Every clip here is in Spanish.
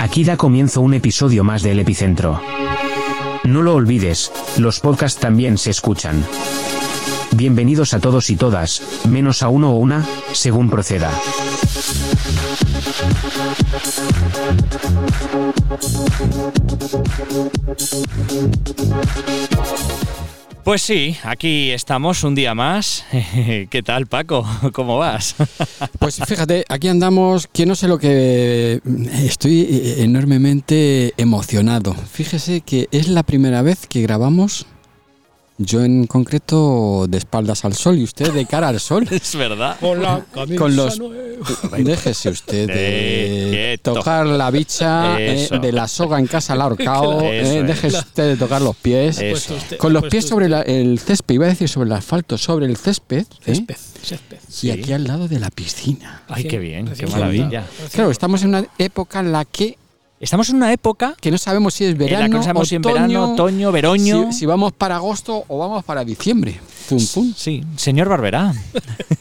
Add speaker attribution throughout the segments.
Speaker 1: Aquí da comienzo un episodio más del Epicentro. No lo olvides, los podcasts también se escuchan. Bienvenidos a todos y todas, menos a uno o una, según proceda.
Speaker 2: Pues sí, aquí estamos un día más. ¿Qué tal, Paco? ¿Cómo vas?
Speaker 3: Pues fíjate, aquí andamos, que no sé lo que... Estoy enormemente emocionado. Fíjese que es la primera vez que grabamos, yo en concreto, de espaldas al sol y usted de cara al sol.
Speaker 2: Es verdad.
Speaker 3: Con, la Con los... Déjese usted de
Speaker 2: Eh, quieto.
Speaker 3: tocar la bicha eh,
Speaker 2: Eso.
Speaker 3: de la soga en casa al ahorcao.
Speaker 2: Eso
Speaker 3: eh,
Speaker 2: es.
Speaker 3: déjese usted de tocar los pies.
Speaker 2: Eso.
Speaker 4: Puesto Pues usted-
Speaker 3: Con los
Speaker 4: puesto
Speaker 3: pies sobre la- el césped, iba a decir sobre el asfalto, sobre el césped. ¿eh?
Speaker 4: usted. Césped, césped.
Speaker 3: Y aquí al lado de la piscina.
Speaker 2: Ay, qué bien, qué
Speaker 4: Recién
Speaker 2: maravilla.
Speaker 4: plantado.
Speaker 3: Claro, estamos en una época en la que,
Speaker 2: Estamos en una época
Speaker 3: que no sabemos si es
Speaker 2: en
Speaker 3: verano,
Speaker 2: la que no sabemos si en verano, otoño, veroño.
Speaker 3: si, si vamos para agosto o vamos para diciembre. Pum, pum.
Speaker 2: Sí, señor Barberá,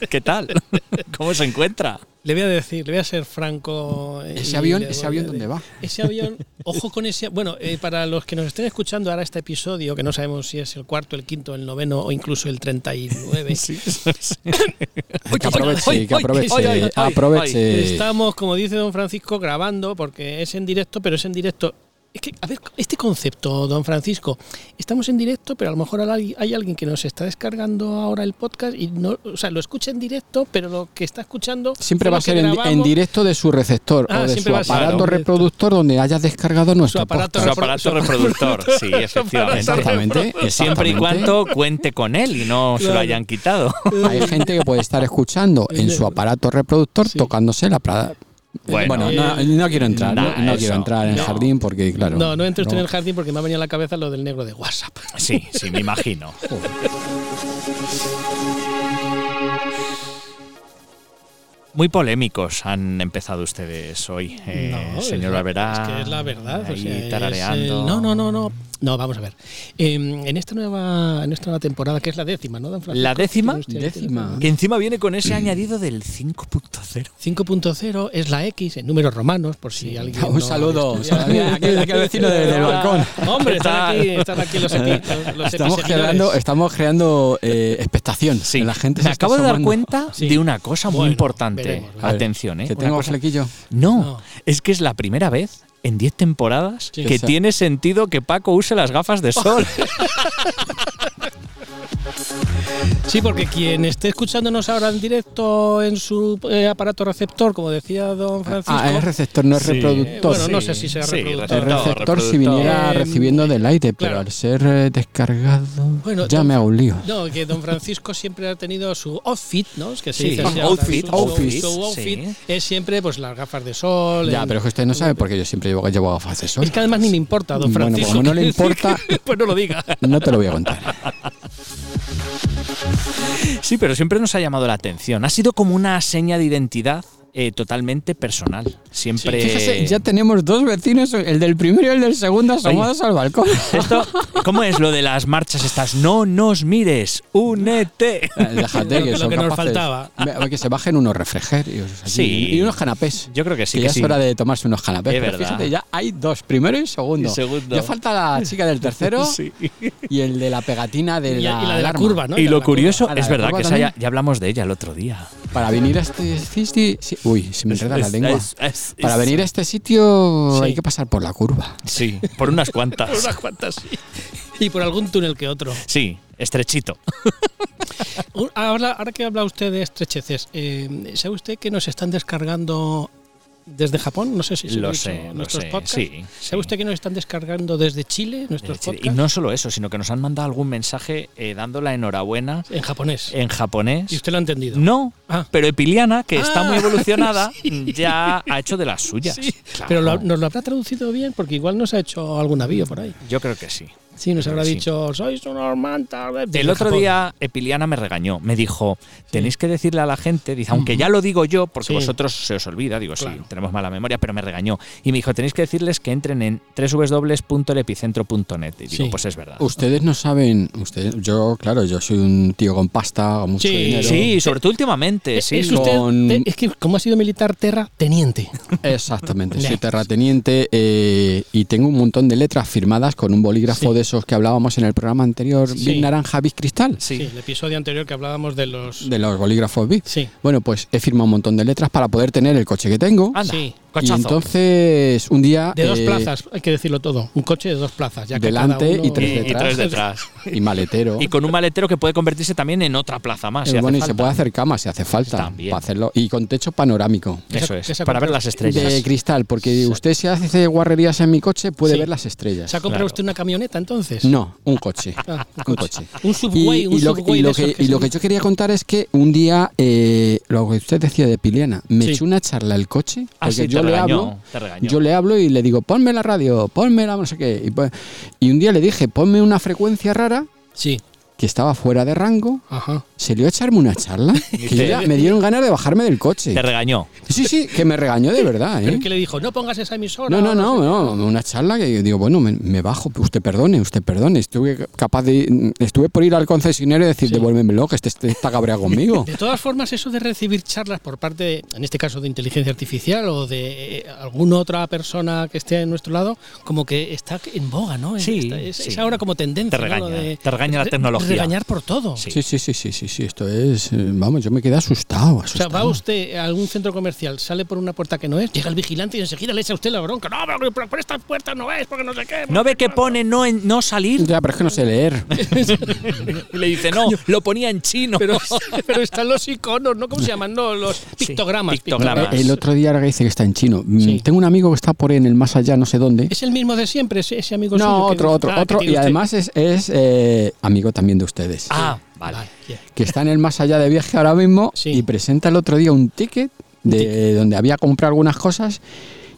Speaker 2: ¿qué tal? ¿Cómo se encuentra?
Speaker 4: Le voy a decir, le voy a ser franco. eh,
Speaker 3: Ese
Speaker 4: y
Speaker 3: avión-
Speaker 4: le
Speaker 3: ese
Speaker 4: voy
Speaker 3: avión,
Speaker 4: a
Speaker 3: ¿dónde
Speaker 4: de-
Speaker 3: va?
Speaker 4: Ese avión, ojo con ese. Bueno, eh, para los que nos estén escuchando ahora este episodio, que no sabemos si es el cuarto, el quinto, el noveno o incluso el 39.
Speaker 3: Que aproveche, que
Speaker 2: ay, ay,
Speaker 3: aproveche,
Speaker 2: ay, ay.
Speaker 3: aproveche.
Speaker 4: Estamos, como dice don Francisco, grabando porque es en directo, pero es en directo. Es que, a ver, este concepto, don Francisco, estamos en directo, pero a lo mejor hay hay alguien que nos está descargando ahora el podcast y no, o sea, lo escucha en directo, pero lo que está escuchando
Speaker 3: Siempre
Speaker 4: fue
Speaker 3: va
Speaker 4: lo
Speaker 3: a ser
Speaker 4: que
Speaker 3: en,
Speaker 4: grabamos,
Speaker 3: en directo de su receptor
Speaker 4: Ah,
Speaker 3: o de su
Speaker 4: siempre va a ser en
Speaker 3: aparato
Speaker 4: directo.
Speaker 3: reproductor donde hayas descargado nuestro
Speaker 4: aparato
Speaker 2: Su
Speaker 3: podcast.
Speaker 2: aparato reproductor, sí, efectivamente.
Speaker 3: Exactamente, exactamente.
Speaker 2: Siempre y cuando cuente con él y no se lo
Speaker 4: Claro.
Speaker 2: hayan quitado.
Speaker 3: Hay gente que puede estar escuchando en su aparato reproductor tocándose la pra-
Speaker 2: Bueno.
Speaker 3: Bueno, no, no quiero entrar, no,
Speaker 2: Nah,
Speaker 3: no
Speaker 2: eso,
Speaker 3: quiero entrar en el
Speaker 2: no.
Speaker 3: jardín porque, claro.
Speaker 4: No, no entres tú en
Speaker 3: no.
Speaker 4: el jardín porque me ha venido a la cabeza lo del negro de WhatsApp.
Speaker 2: Sí, sí, me imagino. Muy polémicos han empezado ustedes hoy, eh,
Speaker 4: No,
Speaker 2: señor
Speaker 4: es la-
Speaker 2: Barberá.
Speaker 4: Es que es la verdad. o
Speaker 2: ahí
Speaker 4: sea, es
Speaker 2: tarareando.
Speaker 4: el- no, no, no, no. No, vamos a ver. Eh, en esta nueva, en esta nueva temporada, que es la décima, ¿no, don Francisco?
Speaker 2: La décima,
Speaker 4: Tiene usted-
Speaker 3: Décima.
Speaker 2: que encima viene con ese añadido del 5.0.
Speaker 4: 5.0 es la X en números romanos, por si alguien.
Speaker 3: Un saludo,
Speaker 4: estudia.
Speaker 3: un saludo a aquel- aquel vecino de- del balcón.
Speaker 4: Hombre, están
Speaker 2: ¿Qué
Speaker 4: aquí, están aquí los, epi, los, los
Speaker 3: Estamos
Speaker 4: episeminores.
Speaker 3: creando, estamos creando eh, expectación.
Speaker 2: Sí,
Speaker 3: La gente
Speaker 2: me
Speaker 3: se está
Speaker 2: acabo de dar
Speaker 3: asomando.
Speaker 2: cuenta
Speaker 4: Sí.
Speaker 2: de una cosa muy
Speaker 4: Bueno,
Speaker 2: importante.
Speaker 4: veremos, veremos.
Speaker 2: Atención, ¿eh?
Speaker 3: Que
Speaker 2: Una
Speaker 3: tengo
Speaker 2: cosa-
Speaker 3: flequillo.
Speaker 2: No,
Speaker 4: No.
Speaker 2: es que es la primera vez en 10 temporadas
Speaker 4: Sí.
Speaker 2: que
Speaker 3: Esa-
Speaker 2: tiene sentido que Paco use las gafas de sol.
Speaker 4: Sí, porque quien esté escuchándonos ahora en directo en su eh, aparato receptor, como decía don Francisco. eh,
Speaker 3: Ah, es receptor, no Em, es
Speaker 2: Sí.
Speaker 3: reproductor.
Speaker 4: Bueno, no sé si será
Speaker 2: Sí,
Speaker 4: reproductor.
Speaker 3: El receptor, si
Speaker 2: reproductor.
Speaker 3: viniera
Speaker 4: Eh,
Speaker 3: recibiendo del aire, pero
Speaker 4: claro.
Speaker 3: al ser eh, descargado,
Speaker 4: Bueno,
Speaker 3: ya me hago un lío.
Speaker 4: No, que don Francisco siempre ha tenido su outfit, ¿no? Es que se
Speaker 2: Sí.
Speaker 4: dice así,
Speaker 2: Outfit,
Speaker 4: su- su-
Speaker 3: Ah, outfit,
Speaker 4: su outfit
Speaker 2: sí.
Speaker 4: es siempre pues las gafas de sol.
Speaker 3: ya,
Speaker 4: el-
Speaker 3: pero es que usted no sabe porque yo siempre llevo, llevo gafas de sol.
Speaker 4: Es que además ni le importa a don
Speaker 3: Bueno,
Speaker 4: Francisco.
Speaker 3: como no le
Speaker 4: quiero decir
Speaker 3: importa-
Speaker 4: que- pues no lo diga.
Speaker 3: No te lo voy a contar.
Speaker 2: Sí, pero siempre nos ha llamado la atención. Ha sido como una seña de identidad eh, totalmente personal. Siempre.
Speaker 3: Fíjese, ya tenemos dos vecinos, el del primero y el del segundo asomados al balcón.
Speaker 2: Esto, ¿Cómo es lo de las marchas estas? No nos mires, únete.
Speaker 3: Eh, Déjate que,
Speaker 4: Lo que- lo
Speaker 3: son
Speaker 4: que nos
Speaker 3: capaces.
Speaker 4: faltaba.
Speaker 3: Ve- Que se bajen unos refrigerios allí
Speaker 2: Sí.
Speaker 3: y unos canapés.
Speaker 2: Yo creo que sí,
Speaker 3: Que
Speaker 2: que
Speaker 3: ya
Speaker 2: sí.
Speaker 3: es hora de tomarse unos canapés.
Speaker 2: Es
Speaker 3: Pero
Speaker 2: verdad.
Speaker 3: fíjate, ya hay dos, primero y segundo.
Speaker 2: Y segundo.
Speaker 3: Ya falta la chica del tercero
Speaker 2: Sí.
Speaker 3: y el de la pegatina de la,
Speaker 4: Y, y la de la
Speaker 3: alarma.
Speaker 4: curva, ¿no?
Speaker 2: Y
Speaker 4: La de
Speaker 2: lo
Speaker 4: la
Speaker 2: curioso,
Speaker 3: curva.
Speaker 2: es
Speaker 3: A la
Speaker 2: verdad
Speaker 3: curva
Speaker 2: que esa ya,
Speaker 3: también.
Speaker 2: ya hablamos de ella el otro día.
Speaker 3: Para venir a este sitio... sí, Uy, se me enreda la
Speaker 2: Es-
Speaker 3: lengua.
Speaker 2: es- es-
Speaker 3: Para
Speaker 2: es-
Speaker 3: venir a este sitio
Speaker 4: Sí.
Speaker 3: hay que pasar por la curva.
Speaker 2: Sí, por unas cuantas.
Speaker 4: curva. Unas cuantas, sí. Y por algún túnel que otro.
Speaker 2: Sí, estrechito.
Speaker 4: Un- Ahora, ahora que habla usted de estrecheces, eh, ¿sabe usted que nos están descargando desde Japón? No sé si se
Speaker 2: Lo
Speaker 4: he dicho,
Speaker 2: sé, lo
Speaker 4: nuestros
Speaker 2: sé,
Speaker 4: podcasts.
Speaker 2: sí, sí.
Speaker 4: ¿Sabe usted que nos están descargando desde Chile nuestros
Speaker 2: Eh, Y
Speaker 4: podcasts?
Speaker 2: no solo eso, sino que nos han mandado algún mensaje eh, dando la enhorabuena
Speaker 4: En japonés.
Speaker 2: en japonés.
Speaker 4: ¿Y usted lo ha entendido?
Speaker 2: Eh, No,
Speaker 4: Ah.
Speaker 2: pero Epiliana, que está
Speaker 4: Ah,
Speaker 2: muy evolucionada, ya ha hecho de las suyas.
Speaker 4: Sí,
Speaker 2: Claro.
Speaker 4: pero lo- nos lo habrá traducido bien porque igual nos ha hecho algún navío por ahí.
Speaker 2: yo creo que sí.
Speaker 4: Sí, nos habrá
Speaker 2: Sí.
Speaker 4: dicho, sois unos mantas. de-".
Speaker 2: El
Speaker 4: Desde
Speaker 2: otro
Speaker 4: Japón.
Speaker 2: día Epiliana me regañó, me dijo, tenéis que decirle a la gente, dice, aunque ya lo digo yo, porque
Speaker 4: Sí.
Speaker 2: vosotros se os olvida, digo, sí,
Speaker 4: Claro.
Speaker 2: tenemos mala memoria, pero me regañó. Y me dijo, tenéis que decirles que entren en www.elepicentro.net. Y digo,
Speaker 4: Sí.
Speaker 2: pues es verdad.
Speaker 3: Ustedes no saben, ustedes, yo, claro, yo soy un tío con pasta, con mucho
Speaker 4: Sí,
Speaker 3: dinero.
Speaker 2: sí, sobre todo últimamente, sí.
Speaker 4: es, usted,
Speaker 3: con-
Speaker 4: te- es que como ha sido militar terra, teniente.
Speaker 3: Exactamente, soy
Speaker 4: Lejos.
Speaker 3: terrateniente eh, y tengo un montón de letras firmadas con un bolígrafo
Speaker 4: Sí.
Speaker 3: de esos que hablábamos en el programa anterior,
Speaker 4: Sí.
Speaker 3: Big Naranja, Big Cristal,
Speaker 4: Sí.
Speaker 2: Sí.
Speaker 4: el episodio anterior que hablábamos de los...
Speaker 3: de los bolígrafos Big.
Speaker 4: Sí.
Speaker 3: Bueno, pues he firmado un montón de letras para poder tener el coche que tengo.
Speaker 2: Anda,
Speaker 4: Sí.
Speaker 3: y
Speaker 2: cochazo.
Speaker 3: entonces un día...
Speaker 4: Ah, De dos
Speaker 3: eh,
Speaker 4: plazas, hay que decirlo todo. Un coche de dos plazas. Ya que
Speaker 3: Delante
Speaker 4: cada uno- eh,
Speaker 3: y tres
Speaker 2: y, y
Speaker 3: detrás.
Speaker 2: tres detrás.
Speaker 3: Y maletero.
Speaker 2: Y con un maletero que puede convertirse también en otra plaza más.
Speaker 3: Eh,
Speaker 2: si hace
Speaker 3: bueno, y se
Speaker 2: falta.
Speaker 3: puede hacer cama si hace
Speaker 4: Pues
Speaker 3: falta.
Speaker 2: También.
Speaker 3: Para hacerlo. Y con techo panorámico.
Speaker 2: Eso
Speaker 4: Que se- que
Speaker 2: es,
Speaker 4: se
Speaker 2: para ver
Speaker 4: compra-
Speaker 2: las estrellas.
Speaker 3: De cristal, porque usted si hace guarrerías en mi coche puede
Speaker 4: Sí.
Speaker 3: ver las estrellas.
Speaker 4: ¿Se ha comprado
Speaker 2: Claro.
Speaker 4: usted una camioneta entonces?
Speaker 3: No, un coche.
Speaker 4: Ah,
Speaker 3: un coche.
Speaker 4: Un subway, un
Speaker 3: y lo,
Speaker 4: subway
Speaker 3: y lo
Speaker 4: de
Speaker 3: que,
Speaker 4: esos que
Speaker 3: y lo
Speaker 4: son-
Speaker 3: que yo quería contar es que un día, eh, lo que usted decía de Piliana, me
Speaker 4: Sí.
Speaker 3: echó una charla al coche, porque
Speaker 2: Ah, sí, te
Speaker 3: yo le
Speaker 2: regañó,
Speaker 3: hablo,
Speaker 2: te regañó.
Speaker 3: yo le hablo y le digo, ponme la radio, ponme la no sé qué. Y, pon- y un día le dije, ponme una frecuencia rara
Speaker 4: Sí.
Speaker 3: que estaba fuera de rango,
Speaker 4: Ajá.
Speaker 3: se le dio a echarme una charla, que yo
Speaker 2: Dice-
Speaker 3: ya- me dieron ganas de bajarme del coche.
Speaker 2: Te regañó.
Speaker 3: Sí, sí, que me regañó de verdad,
Speaker 4: Pero
Speaker 3: ¿eh?
Speaker 4: que le dijo, no pongas esa emisora.
Speaker 3: No, no,
Speaker 4: sé
Speaker 3: no, no, una charla que yo digo, bueno, me, me bajo, usted perdone, usted perdone. Estuve capaz de. Estuve por ir al concesionario y decir,
Speaker 4: Sí.
Speaker 3: devuélvemelo, que este, este está cabreado conmigo.
Speaker 4: De todas formas, eso de recibir charlas por parte, de, en este caso, de inteligencia artificial o de eh, alguna otra persona que esté a nuestro lado, como que está en boga, ¿no? Es-
Speaker 2: Sí,
Speaker 4: está- es,
Speaker 2: sí.
Speaker 4: es ahora como tendencia.
Speaker 2: Te
Speaker 4: ¿no? Lo
Speaker 2: regaña,
Speaker 4: de
Speaker 2: te regaña la
Speaker 4: re-
Speaker 2: tecnología.
Speaker 4: Regañar por todo.
Speaker 2: Sí.
Speaker 3: Sí, sí, sí, sí, sí, sí, esto es. eh, Vamos, yo me quedé asustado,
Speaker 4: O sea,
Speaker 3: asustado.
Speaker 4: va usted a algún centro comercial, sale por una puerta que no es, llega el vigilante y enseguida le echa a usted la bronca. No, pero por- por esta puerta no es, porque no sé qué.
Speaker 2: No ve que pone no, en- no salir
Speaker 3: Ya, pero es que no sé leer.
Speaker 2: y le dice no, lo ponía en chino.
Speaker 4: Pero, pero están los iconos, ¿no? ¿Cómo se llaman? No, los pictogramas.
Speaker 2: pictogramas.
Speaker 3: Eh, El otro día dice que está en chino. Mm,
Speaker 4: Sí.
Speaker 3: Tengo un amigo que está por ahí en el más allá, no sé dónde.
Speaker 4: Es el mismo de siempre, ese, ese amigo suyo
Speaker 3: No,
Speaker 4: que
Speaker 3: otro,
Speaker 4: dice-
Speaker 3: otro,
Speaker 4: Ah, que
Speaker 3: otro.
Speaker 4: tiene
Speaker 3: Y
Speaker 4: usted-
Speaker 3: además es, es, eh, amigo también de ustedes.
Speaker 2: Ah, vale.
Speaker 4: yeah.
Speaker 3: que está en el más allá de viaje ahora mismo
Speaker 4: Sí.
Speaker 3: y presenta el otro día un ticket de donde había comprado algunas cosas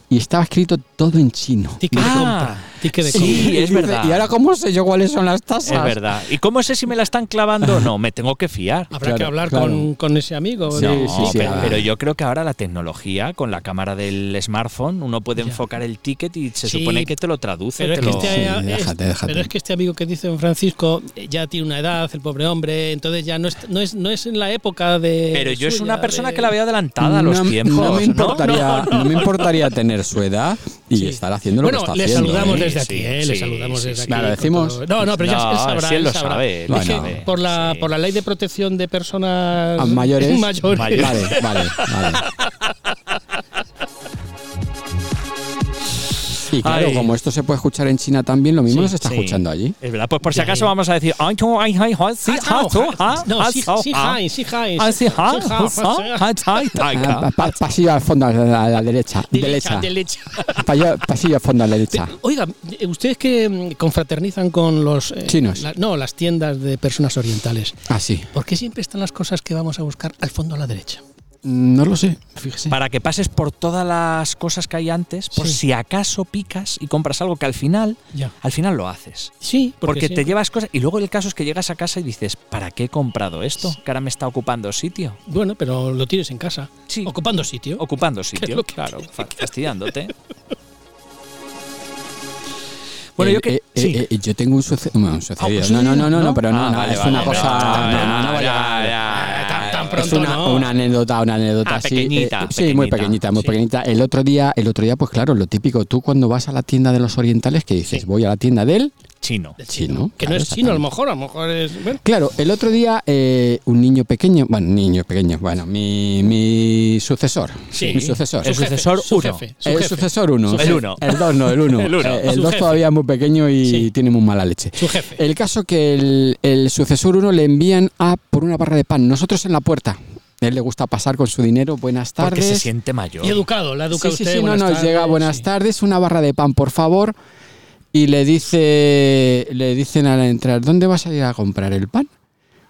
Speaker 3: y estaba escrito todo en chino.
Speaker 4: Ticket de
Speaker 2: Ah,
Speaker 4: compra. Ticket de
Speaker 2: sí.
Speaker 4: compra.
Speaker 3: Y
Speaker 2: es
Speaker 3: dice,
Speaker 2: verdad.
Speaker 3: Y ahora cómo sé yo cuáles son las tasas.
Speaker 2: Es verdad. ¿Y cómo sé si me la están clavando o no? Me tengo que fiar.
Speaker 4: Habrá
Speaker 3: Claro,
Speaker 4: que hablar
Speaker 3: claro.
Speaker 4: con, con ese amigo.
Speaker 3: Sí,
Speaker 4: de-
Speaker 2: No,
Speaker 3: sí, sí,
Speaker 2: pero,
Speaker 3: ah.
Speaker 2: pero yo creo que ahora la tecnología, con la cámara del smartphone, uno puede enfocar el ticket y se
Speaker 4: Sí,
Speaker 2: supone que te lo traduce.
Speaker 4: Pero es,
Speaker 2: te
Speaker 4: que
Speaker 2: lo-
Speaker 4: este,
Speaker 3: Sí,
Speaker 4: eh,
Speaker 3: déjate,
Speaker 4: es-
Speaker 3: déjate.
Speaker 4: pero es que este amigo que dice don Francisco eh, ya tiene una edad, el pobre hombre, entonces ya no es, no es, no es en la época de.
Speaker 2: Pero yo es
Speaker 4: suya,
Speaker 2: una persona
Speaker 4: de-
Speaker 2: que la veo adelantada a
Speaker 3: no,
Speaker 2: los
Speaker 3: no
Speaker 2: tiempos.
Speaker 3: me importaría,
Speaker 2: No,
Speaker 3: no, me importaría tener su edad y
Speaker 4: Sí.
Speaker 3: estar haciendo lo
Speaker 4: bueno,
Speaker 3: que está
Speaker 4: le
Speaker 3: haciendo.
Speaker 4: saludamos
Speaker 3: ¿eh?
Speaker 4: desde
Speaker 2: Sí,
Speaker 4: aquí, eh, le
Speaker 2: sí,
Speaker 4: saludamos
Speaker 2: sí,
Speaker 4: desde
Speaker 2: sí.
Speaker 4: aquí.
Speaker 3: Claro,
Speaker 4: con
Speaker 3: decimos-
Speaker 4: todo- No, no, pero ya
Speaker 2: No,
Speaker 4: él sabrá.
Speaker 2: sí, él lo
Speaker 4: sabrá.
Speaker 2: sabe, él
Speaker 3: lo
Speaker 4: Es que
Speaker 3: sabe.
Speaker 4: por, la,
Speaker 2: Sí.
Speaker 4: por la ley de protección de personas
Speaker 3: ¿A mayores?
Speaker 4: mayores.
Speaker 2: Mayores.
Speaker 3: Vale, vale, vale. Y claro,
Speaker 2: Ay.
Speaker 3: como esto se puede escuchar en China también, lo mismo
Speaker 2: Sí,
Speaker 3: nos está
Speaker 2: sí.
Speaker 3: escuchando allí.
Speaker 2: Es verdad, pues por si
Speaker 4: Ya,
Speaker 2: acaso
Speaker 4: ya.
Speaker 2: vamos a decir. "Ay, yo, ay, ay, ay, sí,
Speaker 4: Ah,
Speaker 2: ah, tú, ah,
Speaker 4: no,
Speaker 2: ah,
Speaker 4: sí,
Speaker 2: so,
Speaker 4: sí,
Speaker 2: ah".
Speaker 4: hi, sí, hi,
Speaker 2: Ah,
Speaker 4: sí,
Speaker 2: sí, ah,
Speaker 4: sí,
Speaker 2: ah, so, ah, ay, ay,
Speaker 3: Ah,
Speaker 2: ay.
Speaker 3: pa- pa- pasillo al fondo, a la, a la derecha.
Speaker 4: Derecha,
Speaker 3: derecha.
Speaker 4: derecha.
Speaker 3: Pasillo, pasillo al fondo a la derecha.
Speaker 4: Oiga, eh, ustedes que mm, confraternizan con los eh,
Speaker 3: Chinos.
Speaker 4: la- no, las tiendas de personas orientales.
Speaker 3: Así.
Speaker 4: ¿Por qué siempre están las cosas que vamos a buscar al fondo a la derecha?
Speaker 3: Mm, No lo sé, fíjese.
Speaker 2: Para que pases por todas las cosas que hay antes, por
Speaker 4: Sí.
Speaker 2: si acaso picas y compras algo que al final,
Speaker 4: Ya.
Speaker 2: al final lo haces.
Speaker 4: Sí,
Speaker 2: Porque,
Speaker 4: porque,
Speaker 2: te llevas cosas. Y luego el caso es que llegas a casa y dices, ¿para qué he comprado esto? Que ahora me está ocupando sitio.
Speaker 4: sí. Bueno, pero lo tienes en casa,
Speaker 2: Sí.
Speaker 4: ocupando sitio.
Speaker 2: Ocupando
Speaker 4: es
Speaker 2: sitio,
Speaker 4: lo que
Speaker 2: claro,
Speaker 4: tiene
Speaker 2: fa- fastidiándote. Bueno,
Speaker 3: eh,
Speaker 2: yo que. sí.
Speaker 3: yo tengo un sucedido. un sucedido.
Speaker 2: pues
Speaker 3: no, no,
Speaker 2: sí,
Speaker 3: no, Ah, no,
Speaker 2: eh, ¿no?
Speaker 3: no, pero no,
Speaker 2: Ah,
Speaker 3: no,
Speaker 2: vale,
Speaker 3: es
Speaker 2: vale,
Speaker 3: una
Speaker 2: vale,
Speaker 3: cosa.
Speaker 2: vale,
Speaker 3: no, no,
Speaker 2: vale,
Speaker 3: no,
Speaker 2: vale,
Speaker 3: vale, vale.
Speaker 2: vale,
Speaker 4: Ah, tan- tan
Speaker 2: vale.
Speaker 3: Ah,
Speaker 4: pronto.
Speaker 3: Es una,
Speaker 4: no.
Speaker 3: una anécdota, una anécdota
Speaker 2: Ah,
Speaker 3: así. eh,
Speaker 2: pequeñita,
Speaker 3: sí, muy
Speaker 2: pequeñita.
Speaker 3: pequeñita, muy
Speaker 2: Sí.
Speaker 3: pequeñita. El otro día, el otro día, pues claro, lo típico, tú cuando vas a la tienda de los orientales, que dices,
Speaker 4: Sí.
Speaker 3: voy a la tienda del
Speaker 2: Chino.
Speaker 3: chino.
Speaker 4: Que
Speaker 3: claro,
Speaker 4: no es chino, a lo
Speaker 3: exactamente.
Speaker 4: mejor, a lo mejor es. Bueno,
Speaker 3: Claro, el otro día eh, un niño pequeño, bueno, niño pequeño, bueno, mi, mi sucesor,
Speaker 4: Sí.
Speaker 3: mi sucesor,
Speaker 2: El
Speaker 4: su jefe,
Speaker 2: sucesor
Speaker 4: su
Speaker 2: uno.
Speaker 4: jefe,
Speaker 3: el
Speaker 4: jefe,
Speaker 3: sucesor 1.
Speaker 2: jefe. El uno.
Speaker 3: El 2 no, el 1.
Speaker 2: El uno.
Speaker 3: El
Speaker 4: Su
Speaker 3: 2
Speaker 4: jefe.
Speaker 3: todavía es muy pequeño y
Speaker 4: Sí.
Speaker 3: tiene muy mala leche.
Speaker 4: Su jefe.
Speaker 3: El caso que el, el sucesor 1 le envían a por una barra de pan. Nosotros en la puerta. A él le gusta pasar con su dinero. Buenas tardes.
Speaker 2: Porque se siente mayor.
Speaker 4: Y educado, la educa
Speaker 3: Eh, sí, sí,
Speaker 4: usted.
Speaker 3: sí, no,
Speaker 4: buenas
Speaker 3: no,
Speaker 4: tardes,
Speaker 3: llega buenas
Speaker 4: sí.
Speaker 3: tardes, una barra de pan, por favor. Y le dice, le dicen al entrar, ¿dónde vas a ir a comprar el pan?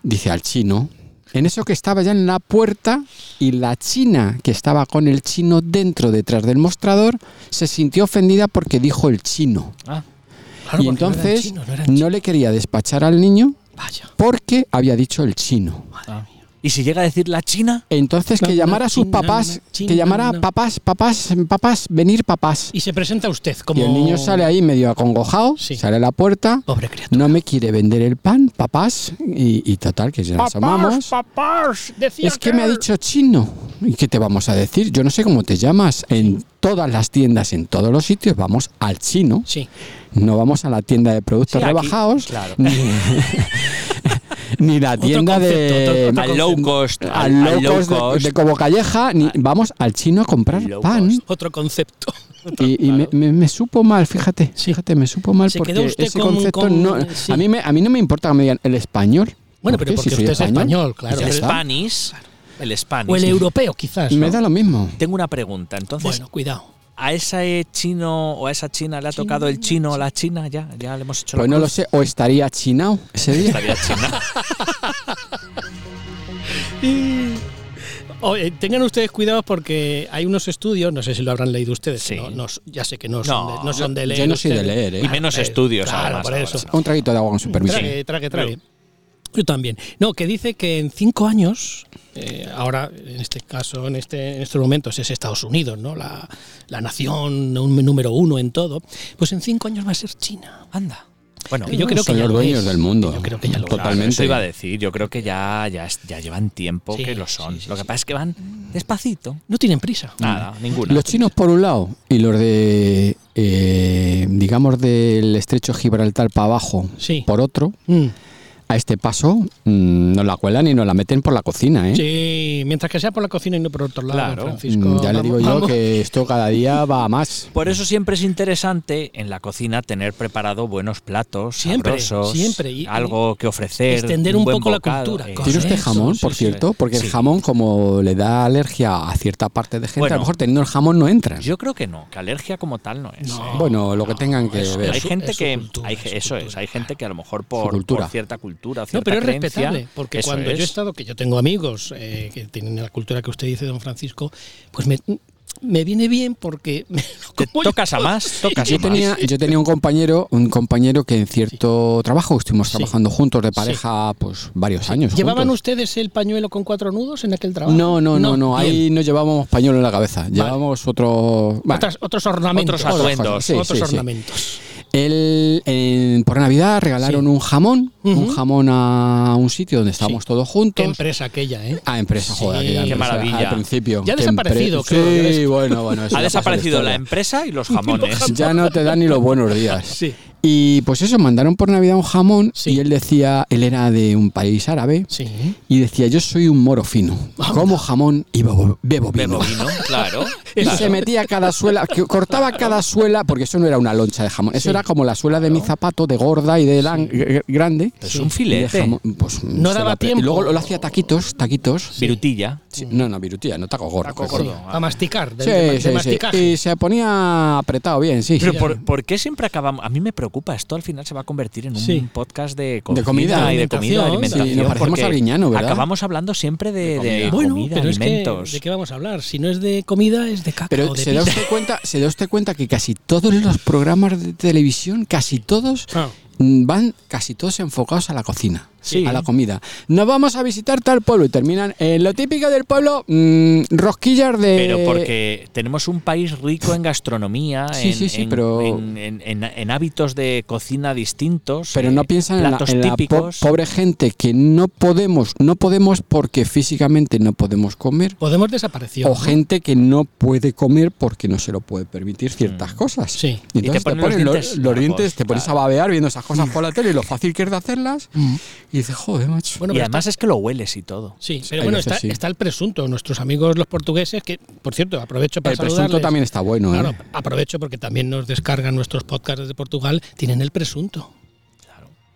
Speaker 3: Dice al chino. En eso que estaba ya en la puerta y la china que estaba con el chino dentro detrás del mostrador se sintió ofendida porque dijo el chino.
Speaker 2: Ah,
Speaker 4: Claro,
Speaker 3: y
Speaker 4: porque no eran
Speaker 3: entonces
Speaker 4: chinos, no eran
Speaker 3: no
Speaker 4: chinos.
Speaker 3: le quería despachar al niño
Speaker 4: Vaya.
Speaker 3: porque había dicho el chino.
Speaker 2: Ah. ¿Y si llega a decir la China?
Speaker 3: Entonces
Speaker 4: No,
Speaker 3: que
Speaker 4: no,
Speaker 3: llamara a sus
Speaker 4: chin, no,
Speaker 3: papás,
Speaker 4: no, chin,
Speaker 3: que llamara
Speaker 4: no, no.
Speaker 3: papás, papás, papás, venir papás.
Speaker 4: Y se presenta usted como.
Speaker 3: Y el niño sale ahí medio acongojado,
Speaker 4: Sí.
Speaker 3: sale a la puerta,
Speaker 4: Pobre criatura.
Speaker 3: no me quiere vender el pan, papás, y, y total, que ya nos amamos.
Speaker 4: papás, decía
Speaker 3: Es que me ha dicho chino. ¿Y qué te vamos a decir? Yo no sé cómo te llamas. En todas las tiendas, en todos los sitios, vamos al chino.
Speaker 4: Sí.
Speaker 3: No vamos a la tienda de productos
Speaker 2: Sí, aquí,
Speaker 3: rebajados.
Speaker 2: claro.
Speaker 3: Ni, ni la
Speaker 4: Otro
Speaker 3: tienda
Speaker 4: concepto,
Speaker 3: de.
Speaker 4: otro- otro
Speaker 2: Al low cost.
Speaker 3: al low cost de- de, Como Calleja, ni, vamos al chino a comprar
Speaker 2: Low
Speaker 3: pan.
Speaker 2: cost.
Speaker 4: Otro concepto.
Speaker 3: Y, y me, me- me supo mal, fíjate,
Speaker 4: Sí.
Speaker 3: fíjate, me supo mal
Speaker 4: Se
Speaker 3: porque
Speaker 4: quedó usted
Speaker 3: ese
Speaker 4: con-
Speaker 3: concepto
Speaker 4: con-
Speaker 3: no.
Speaker 4: sí.
Speaker 3: A, mí me- a mí no me importa que me digan el español.
Speaker 4: Bueno,
Speaker 3: ¿Por
Speaker 4: pero
Speaker 3: qué?
Speaker 4: porque
Speaker 3: Si soy
Speaker 4: usted es español, claro.
Speaker 2: El
Speaker 3: Ya está.
Speaker 2: Spanish. El Spanish.
Speaker 4: O el europeo, quizás.
Speaker 3: Me
Speaker 4: ¿no?
Speaker 3: da lo mismo.
Speaker 2: Tengo una pregunta. Entonces,
Speaker 4: Bueno, cuidado.
Speaker 2: ¿a ese chino o a esa china le ha tocado el chino o la china? Ya, ya le hemos hecho
Speaker 3: Pues
Speaker 2: la
Speaker 3: no lo
Speaker 2: cruz.
Speaker 3: sé, o estaría chinao ese día.
Speaker 2: Estaría china.
Speaker 4: O, eh, tengan ustedes cuidado porque hay unos estudios, no sé si lo habrán leído ustedes,
Speaker 2: Sí.
Speaker 4: no, no, ya sé que no son,
Speaker 2: No,
Speaker 4: de, no son de
Speaker 3: yo
Speaker 4: leer.
Speaker 3: no soy de
Speaker 4: ustedes. Ah,
Speaker 3: leer, ¿eh?
Speaker 2: Y menos estudios,
Speaker 4: Claro,
Speaker 2: además,
Speaker 4: por
Speaker 2: ahora,
Speaker 4: eso.
Speaker 2: sí.
Speaker 3: Un traguito de agua con su permiso.
Speaker 4: Trague, trague, trague. Yo también. No, que dice que en cinco años, eh, ahora en este caso, en, este, en estos momentos es Estados Unidos, ¿no? La, la nación un número uno en todo, pues en cinco años va a ser China.
Speaker 2: Anda. Bueno,
Speaker 4: Que yo creo
Speaker 3: Son
Speaker 4: que ya
Speaker 3: los
Speaker 4: lo
Speaker 3: dueños
Speaker 4: es.
Speaker 3: del mundo.
Speaker 4: Yo creo que ya lo es.
Speaker 3: Totalmente.
Speaker 2: Eso iba a decir. Yo creo que ya, ya, es- ya llevan tiempo
Speaker 4: Sí,
Speaker 2: que lo son.
Speaker 4: sí, sí,
Speaker 2: lo que
Speaker 4: sí.
Speaker 2: pasa es que van despacito.
Speaker 4: No tienen prisa.
Speaker 2: Mm. Nada, ninguna.
Speaker 3: Los chinos por un lado y los de, eh, digamos, del estrecho Gibraltar para abajo
Speaker 4: Sí.
Speaker 3: por otro,
Speaker 4: Mm.
Speaker 3: a este paso mm, nos la cuelan y nos la meten por la cocina, ¿eh?
Speaker 4: Sí, mientras que sea por la cocina y no por otro lado,
Speaker 2: Claro.
Speaker 4: Francisco.
Speaker 3: Mm, ya le
Speaker 4: Vamos,
Speaker 3: digo yo
Speaker 4: vamos.
Speaker 3: que esto cada día va a más.
Speaker 2: Por eso siempre es interesante en la cocina tener preparado buenos platos,
Speaker 4: Siempre,
Speaker 2: sabrosos,
Speaker 4: siempre. Y-
Speaker 2: algo que ofrecer,
Speaker 4: extender
Speaker 2: un
Speaker 4: un
Speaker 2: buen
Speaker 4: poco la
Speaker 2: bocado,
Speaker 4: cultura.
Speaker 2: eh.
Speaker 4: Con-
Speaker 3: ¿Tiene usted
Speaker 4: Eso,
Speaker 3: jamón,
Speaker 4: sí,
Speaker 3: por
Speaker 4: sí.
Speaker 3: cierto? Porque
Speaker 2: Sí.
Speaker 3: el jamón, como le da alergia a cierta parte de gente,
Speaker 2: Bueno.
Speaker 3: a lo mejor teniendo el jamón no entra.
Speaker 2: Yo creo que no, que alergia como tal no es.
Speaker 4: No.
Speaker 2: ¿eh?
Speaker 3: bueno, lo que tengan que
Speaker 4: eso
Speaker 3: ver.
Speaker 2: hay
Speaker 4: su-
Speaker 2: gente
Speaker 4: es su
Speaker 2: que
Speaker 4: cultura,
Speaker 2: hay,
Speaker 4: es su
Speaker 2: eso es,
Speaker 4: cultura,
Speaker 2: hay gente que a lo mejor
Speaker 3: Su
Speaker 2: por,
Speaker 3: cultura.
Speaker 2: por cierta cultura, cierta
Speaker 4: No, pero es
Speaker 2: creencia,
Speaker 4: respetable, porque
Speaker 2: eso
Speaker 4: cuando yo he
Speaker 2: es.
Speaker 4: estado, que yo tengo amigos eh, que tienen la cultura que usted dice, don Francisco, pues me, me viene bien porque me lo
Speaker 2: te
Speaker 4: como pues, yo.
Speaker 2: tocas a más, tocas
Speaker 3: Yo
Speaker 2: a más.
Speaker 3: tenía, yo tenía un compañero, un compañero que en cierto trabajo estuvimos
Speaker 4: Sí.
Speaker 3: trabajando juntos de pareja, pues varios años.
Speaker 4: ¿Llevaban
Speaker 3: juntos.
Speaker 4: ustedes el pañuelo con cuatro nudos en aquel trabajo?
Speaker 3: No, no, no, no.
Speaker 4: bien.
Speaker 3: Ahí no llevábamos pañuelo en la cabeza. Llevábamos otro. bueno,
Speaker 4: Otras- otros ornamentos.
Speaker 2: Otros
Speaker 4: Otras
Speaker 2: atuendos.
Speaker 4: cosas,
Speaker 3: Sí,
Speaker 4: otros
Speaker 3: sí, sí.
Speaker 4: ornamentos.
Speaker 3: Él, en- por Navidad regalaron
Speaker 4: Sí.
Speaker 3: un jamón,
Speaker 4: Ujú.
Speaker 3: un jamón a un sitio donde estábamos
Speaker 4: Sí.
Speaker 3: todos
Speaker 4: Qué
Speaker 3: juntos.
Speaker 4: empresa aquella, ¿eh?
Speaker 3: Ah, empresa,
Speaker 4: Sí.
Speaker 3: joder, aquella
Speaker 4: Qué
Speaker 3: empresa,
Speaker 2: maravilla.
Speaker 3: Al principio.
Speaker 4: Ya ha
Speaker 3: Qué
Speaker 4: desaparecido,
Speaker 3: empre-
Speaker 4: creo, ya
Speaker 3: Sí,
Speaker 4: des-
Speaker 3: bueno, bueno. eso
Speaker 2: Ha
Speaker 3: ya pasó
Speaker 2: desaparecido la
Speaker 3: historia.
Speaker 2: empresa y los jamones.
Speaker 3: Ya no te dan ni los buenos días.
Speaker 4: Sí.
Speaker 3: Y pues eso, mandaron por Navidad un jamón
Speaker 4: Sí.
Speaker 3: y él decía, él era de un país árabe
Speaker 4: Sí.
Speaker 3: y decía, yo soy un moro fino, como jamón y bebo, bebo vino.
Speaker 2: Bebo vino, claro.
Speaker 3: Y
Speaker 2: claro.
Speaker 3: se metía cada suela, que cortaba cada suela, porque eso no era una loncha de jamón, eso
Speaker 4: Sí.
Speaker 3: era como la suela de mi zapato, de gorda y de lan- gr- grande.
Speaker 2: Es un
Speaker 3: Y de
Speaker 2: filete.
Speaker 3: jamón, pues, se
Speaker 4: ¿eh? daba
Speaker 3: la pe-
Speaker 4: tiempo.
Speaker 3: Y luego lo, lo hacía taquitos, taquitos.
Speaker 2: Virutilla.
Speaker 3: Sí, No, no, virutilla, no taco gordo.
Speaker 2: Taco
Speaker 3: que-
Speaker 2: gordo. ¿eh?
Speaker 4: A masticar, de,
Speaker 3: Sí,
Speaker 4: de- de
Speaker 3: sí, sí.
Speaker 4: masticar.
Speaker 3: Y se ponía apretado bien, sí.
Speaker 2: Pero
Speaker 3: Sí.
Speaker 2: por, ¿por qué siempre acabamos? A mí me preocupa, esto al final se va a convertir en un
Speaker 4: Sí.
Speaker 2: podcast de
Speaker 3: comida,
Speaker 2: comida, y de comida,
Speaker 4: alimentación.
Speaker 2: alimentación.
Speaker 4: Sí, nos
Speaker 3: parecemos
Speaker 2: porque
Speaker 3: al Guiñano, ¿verdad?
Speaker 2: Acabamos hablando siempre de, de comida,
Speaker 4: bueno, pero es que,
Speaker 2: alimentos.
Speaker 4: ¿de qué vamos a hablar? Si no es de comida, es de caca o
Speaker 3: Pero
Speaker 4: de
Speaker 3: se da,
Speaker 4: pizza.
Speaker 3: usted cuenta, se da usted cuenta que casi todos los programas de televisión, casi todos,
Speaker 4: Ah.
Speaker 3: mm, van casi todos enfocados a la cocina,
Speaker 2: Sí.
Speaker 3: a la comida. No vamos a visitar tal pueblo y terminan en lo típico del pueblo, mm, rosquillas de...
Speaker 2: Pero porque tenemos un país rico en gastronomía,
Speaker 3: Sí,
Speaker 2: en,
Speaker 3: sí, sí,
Speaker 2: en-
Speaker 3: pero-
Speaker 2: en- en- en- en hábitos de cocina distintos.
Speaker 3: Pero
Speaker 2: eh,
Speaker 3: no piensan en la,
Speaker 2: platos
Speaker 3: en la po-
Speaker 2: típicos.
Speaker 3: pobre gente que no podemos, no podemos porque físicamente no podemos comer.
Speaker 4: Podemos desaparecer.
Speaker 3: O gente que no puede comer porque no se lo puede permitir ciertas cosas. Mm.
Speaker 4: Sí.
Speaker 3: Y
Speaker 2: Y te
Speaker 3: entonces te
Speaker 2: ponen los
Speaker 3: ponen, los,
Speaker 2: dientes
Speaker 3: los dientes,
Speaker 2: largos,
Speaker 3: te pones
Speaker 2: claro.
Speaker 3: a babear viendo esas cosas por la tele y lo fácil que es de hacerlas. Y dices, joder, macho.
Speaker 4: Mm. Bueno,
Speaker 2: y
Speaker 4: pero
Speaker 2: además es que lo hueles y todo.
Speaker 4: Sí,
Speaker 3: hay
Speaker 4: pero bueno,
Speaker 3: veces
Speaker 4: está,
Speaker 3: sí.
Speaker 4: está el presunto. Nuestros amigos los portugueses, que por cierto, aprovecho para
Speaker 3: el presunto
Speaker 4: saludarles.
Speaker 3: también está bueno, ¿eh?
Speaker 4: Claro, aprovecho porque también nos descargan nuestros podcasts de Portugal, tienen el presunto.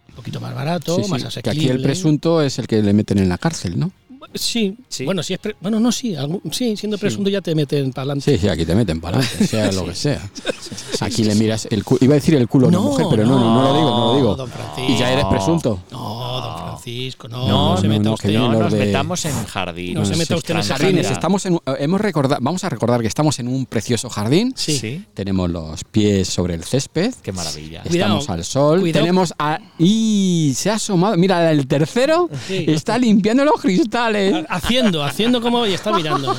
Speaker 4: Un poquito más barato,
Speaker 3: Sí, sí,
Speaker 4: más
Speaker 3: que
Speaker 4: asequible.
Speaker 3: aquí el presunto es el que le meten en la cárcel, ¿no?
Speaker 4: Sí,
Speaker 2: Sí.
Speaker 4: bueno, sí es pre- bueno, no, sí, algún- sí, siendo presunto ya te meten para adelante.
Speaker 3: Sí, sí, aquí te meten para adelante, sea lo que sea. Aquí le miras el culo. Iba a decir el culo a una mujer, pero no, no, no lo digo, no lo digo.
Speaker 4: don Francisco.
Speaker 3: Y ya eres presunto.
Speaker 4: No, don Francisco. Francisco, no,
Speaker 2: No,
Speaker 4: no se
Speaker 3: no,
Speaker 4: meta
Speaker 3: no,
Speaker 4: usted.
Speaker 3: que vienen
Speaker 2: No
Speaker 3: los
Speaker 2: nos
Speaker 3: de-
Speaker 2: metamos en jardines.
Speaker 4: No se meta usted en ese
Speaker 2: extranjería.
Speaker 3: Jardines, estamos en, hemos recordado, vamos a recordar que estamos en un precioso jardín.
Speaker 4: Sí.
Speaker 2: Sí,
Speaker 3: Tenemos los pies sobre el césped.
Speaker 2: qué maravilla.
Speaker 4: Cuidado,
Speaker 3: Estamos al sol.
Speaker 4: cuidado.
Speaker 3: Tenemos a. ¡Y! Se ha asomado. Mira, el tercero
Speaker 4: Sí. Ah,
Speaker 3: está limpiando los cristales.
Speaker 4: Haciendo, haciendo como y está mirando.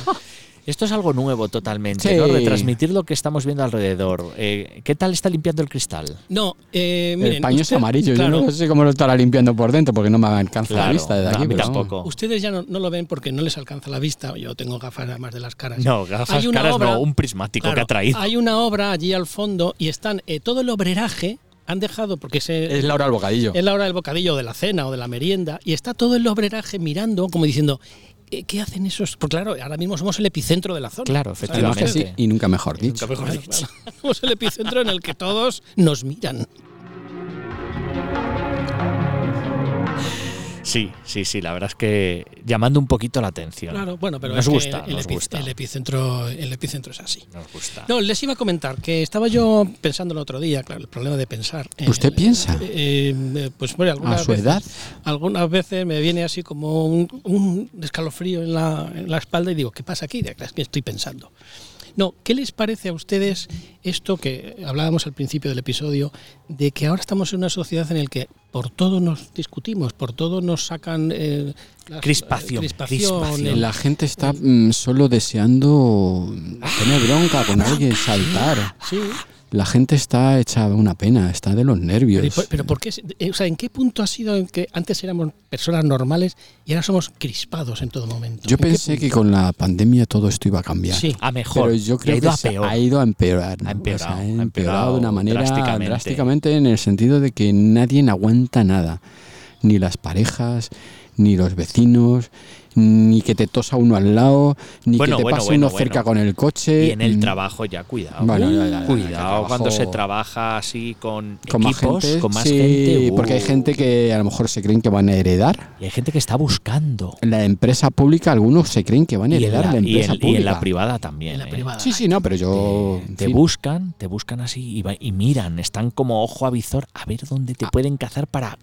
Speaker 2: Esto es algo nuevo totalmente,
Speaker 3: Sí.
Speaker 2: ¿no? Retransmitir lo que estamos viendo alrededor. Eh, ¿Qué tal está limpiando el cristal?
Speaker 4: No, eh,
Speaker 3: el
Speaker 4: miren,
Speaker 3: paño es
Speaker 4: usted-
Speaker 3: amarillo.
Speaker 4: claro,
Speaker 3: Yo no sé cómo lo estará limpiando por dentro porque no me alcanza la vista desde
Speaker 2: no,
Speaker 3: aquí.
Speaker 2: a mí
Speaker 3: pero vamos.
Speaker 2: tampoco.
Speaker 4: Ustedes ya no, no lo ven porque no les alcanza la vista. Yo tengo gafas además de las caras.
Speaker 2: No, gafas
Speaker 4: Hay una
Speaker 2: caras
Speaker 4: obra-
Speaker 2: no, un prismático
Speaker 4: Claro,
Speaker 2: que ha traído.
Speaker 4: Hay una obra allí al fondo y están eh, todo el obreraje han dejado porque se,
Speaker 3: Es Laura al bocadillo.
Speaker 4: es la hora del bocadillo o de la cena o de la merienda y está todo el obreraje mirando como diciendo ¿qué, qué hacen esos? Porque claro, ahora mismo somos el epicentro de la zona.
Speaker 2: Claro,
Speaker 3: Además que sí,
Speaker 2: efectivamente.
Speaker 3: y nunca mejor dicho.
Speaker 4: Nunca mejor dicho. Somos el epicentro en el que todos nos miran.
Speaker 2: Sí, sí, sí, la verdad es que llamando un poquito la atención.
Speaker 4: Claro, bueno, pero
Speaker 2: Nos
Speaker 4: es que
Speaker 2: gusta,
Speaker 4: el,
Speaker 2: nos
Speaker 4: epi-
Speaker 2: gusta.
Speaker 4: el epicentro el epicentro es así.
Speaker 2: Nos
Speaker 3: Ah.
Speaker 2: gusta.
Speaker 4: No, les iba a comentar que estaba yo pensando el otro día, claro, el problema de pensar. eh,
Speaker 3: ¿Usted piensa?
Speaker 4: eh, eh, pues bueno, algunas
Speaker 3: A su
Speaker 4: veces-
Speaker 3: edad.
Speaker 4: algunas veces me viene así como un, un escalofrío en la, en la espalda y digo, ¿qué pasa aquí? Es que estoy pensando. No, ¿qué les parece a ustedes esto que hablábamos al principio del episodio, de que ahora estamos en una sociedad en la que por todo nos discutimos, por todo nos sacan... eh, las-
Speaker 2: Crispación,
Speaker 4: crispación,
Speaker 2: crispación.
Speaker 4: el-
Speaker 3: La gente está mm, solo deseando tener bronca con
Speaker 4: Ah,
Speaker 3: alguien, saltar.
Speaker 4: sí,
Speaker 3: La gente está hecha una pena, está de los
Speaker 4: pero,
Speaker 3: nervios.
Speaker 4: pero ¿por qué? se- eh, O sea, ¿en qué punto ha sido en que antes éramos personas normales y ahora somos crispados en todo momento?
Speaker 3: Yo
Speaker 4: ¿En qué
Speaker 3: pensé que
Speaker 4: punto?
Speaker 3: con la pandemia todo esto iba a cambiar.
Speaker 4: Sí.
Speaker 2: A mejor.
Speaker 3: Pero yo
Speaker 2: y
Speaker 3: creo
Speaker 2: ha ido
Speaker 3: que
Speaker 2: a
Speaker 3: se
Speaker 2: peor.
Speaker 3: ha ido a empeorar. ¿no?
Speaker 2: Ha empeorado,
Speaker 3: ha
Speaker 2: ha
Speaker 3: empeorado
Speaker 2: empeorado
Speaker 3: de una manera
Speaker 2: drásticamente.
Speaker 3: drásticamente. en el sentido de que nadie aguanta nada. Ni las parejas, ni los vecinos, ni que te tosa uno al lado, ni
Speaker 2: Bueno,
Speaker 3: que te
Speaker 2: bueno,
Speaker 3: pase
Speaker 2: bueno,
Speaker 3: uno cerca
Speaker 2: bueno.
Speaker 3: con el coche.
Speaker 2: Y en el
Speaker 3: Mm,
Speaker 2: trabajo ya, cuidado.
Speaker 3: Bueno, ya, ya, ya,
Speaker 2: cuidado
Speaker 3: que
Speaker 2: cuando se
Speaker 3: trabajo-
Speaker 2: trabaja así con,
Speaker 3: Con más
Speaker 2: equipos,
Speaker 3: gente.
Speaker 2: con más
Speaker 3: sí,
Speaker 2: gente. uh.
Speaker 3: porque hay gente que a lo mejor se creen que van a heredar.
Speaker 2: Y hay gente que está buscando.
Speaker 3: En la empresa pública algunos se creen que van a
Speaker 2: Y en,
Speaker 3: heredar la,
Speaker 2: la, y
Speaker 3: empresa
Speaker 2: en- y en
Speaker 3: pública.
Speaker 2: la privada también.
Speaker 4: En la
Speaker 2: ¿eh?
Speaker 4: privada.
Speaker 3: Sí, sí, no, pero yo...
Speaker 2: Te,
Speaker 3: en
Speaker 2: te
Speaker 3: fin,
Speaker 2: buscan, te buscan así y, va- y miran, están como ojo avizor a ver dónde te pueden cazar para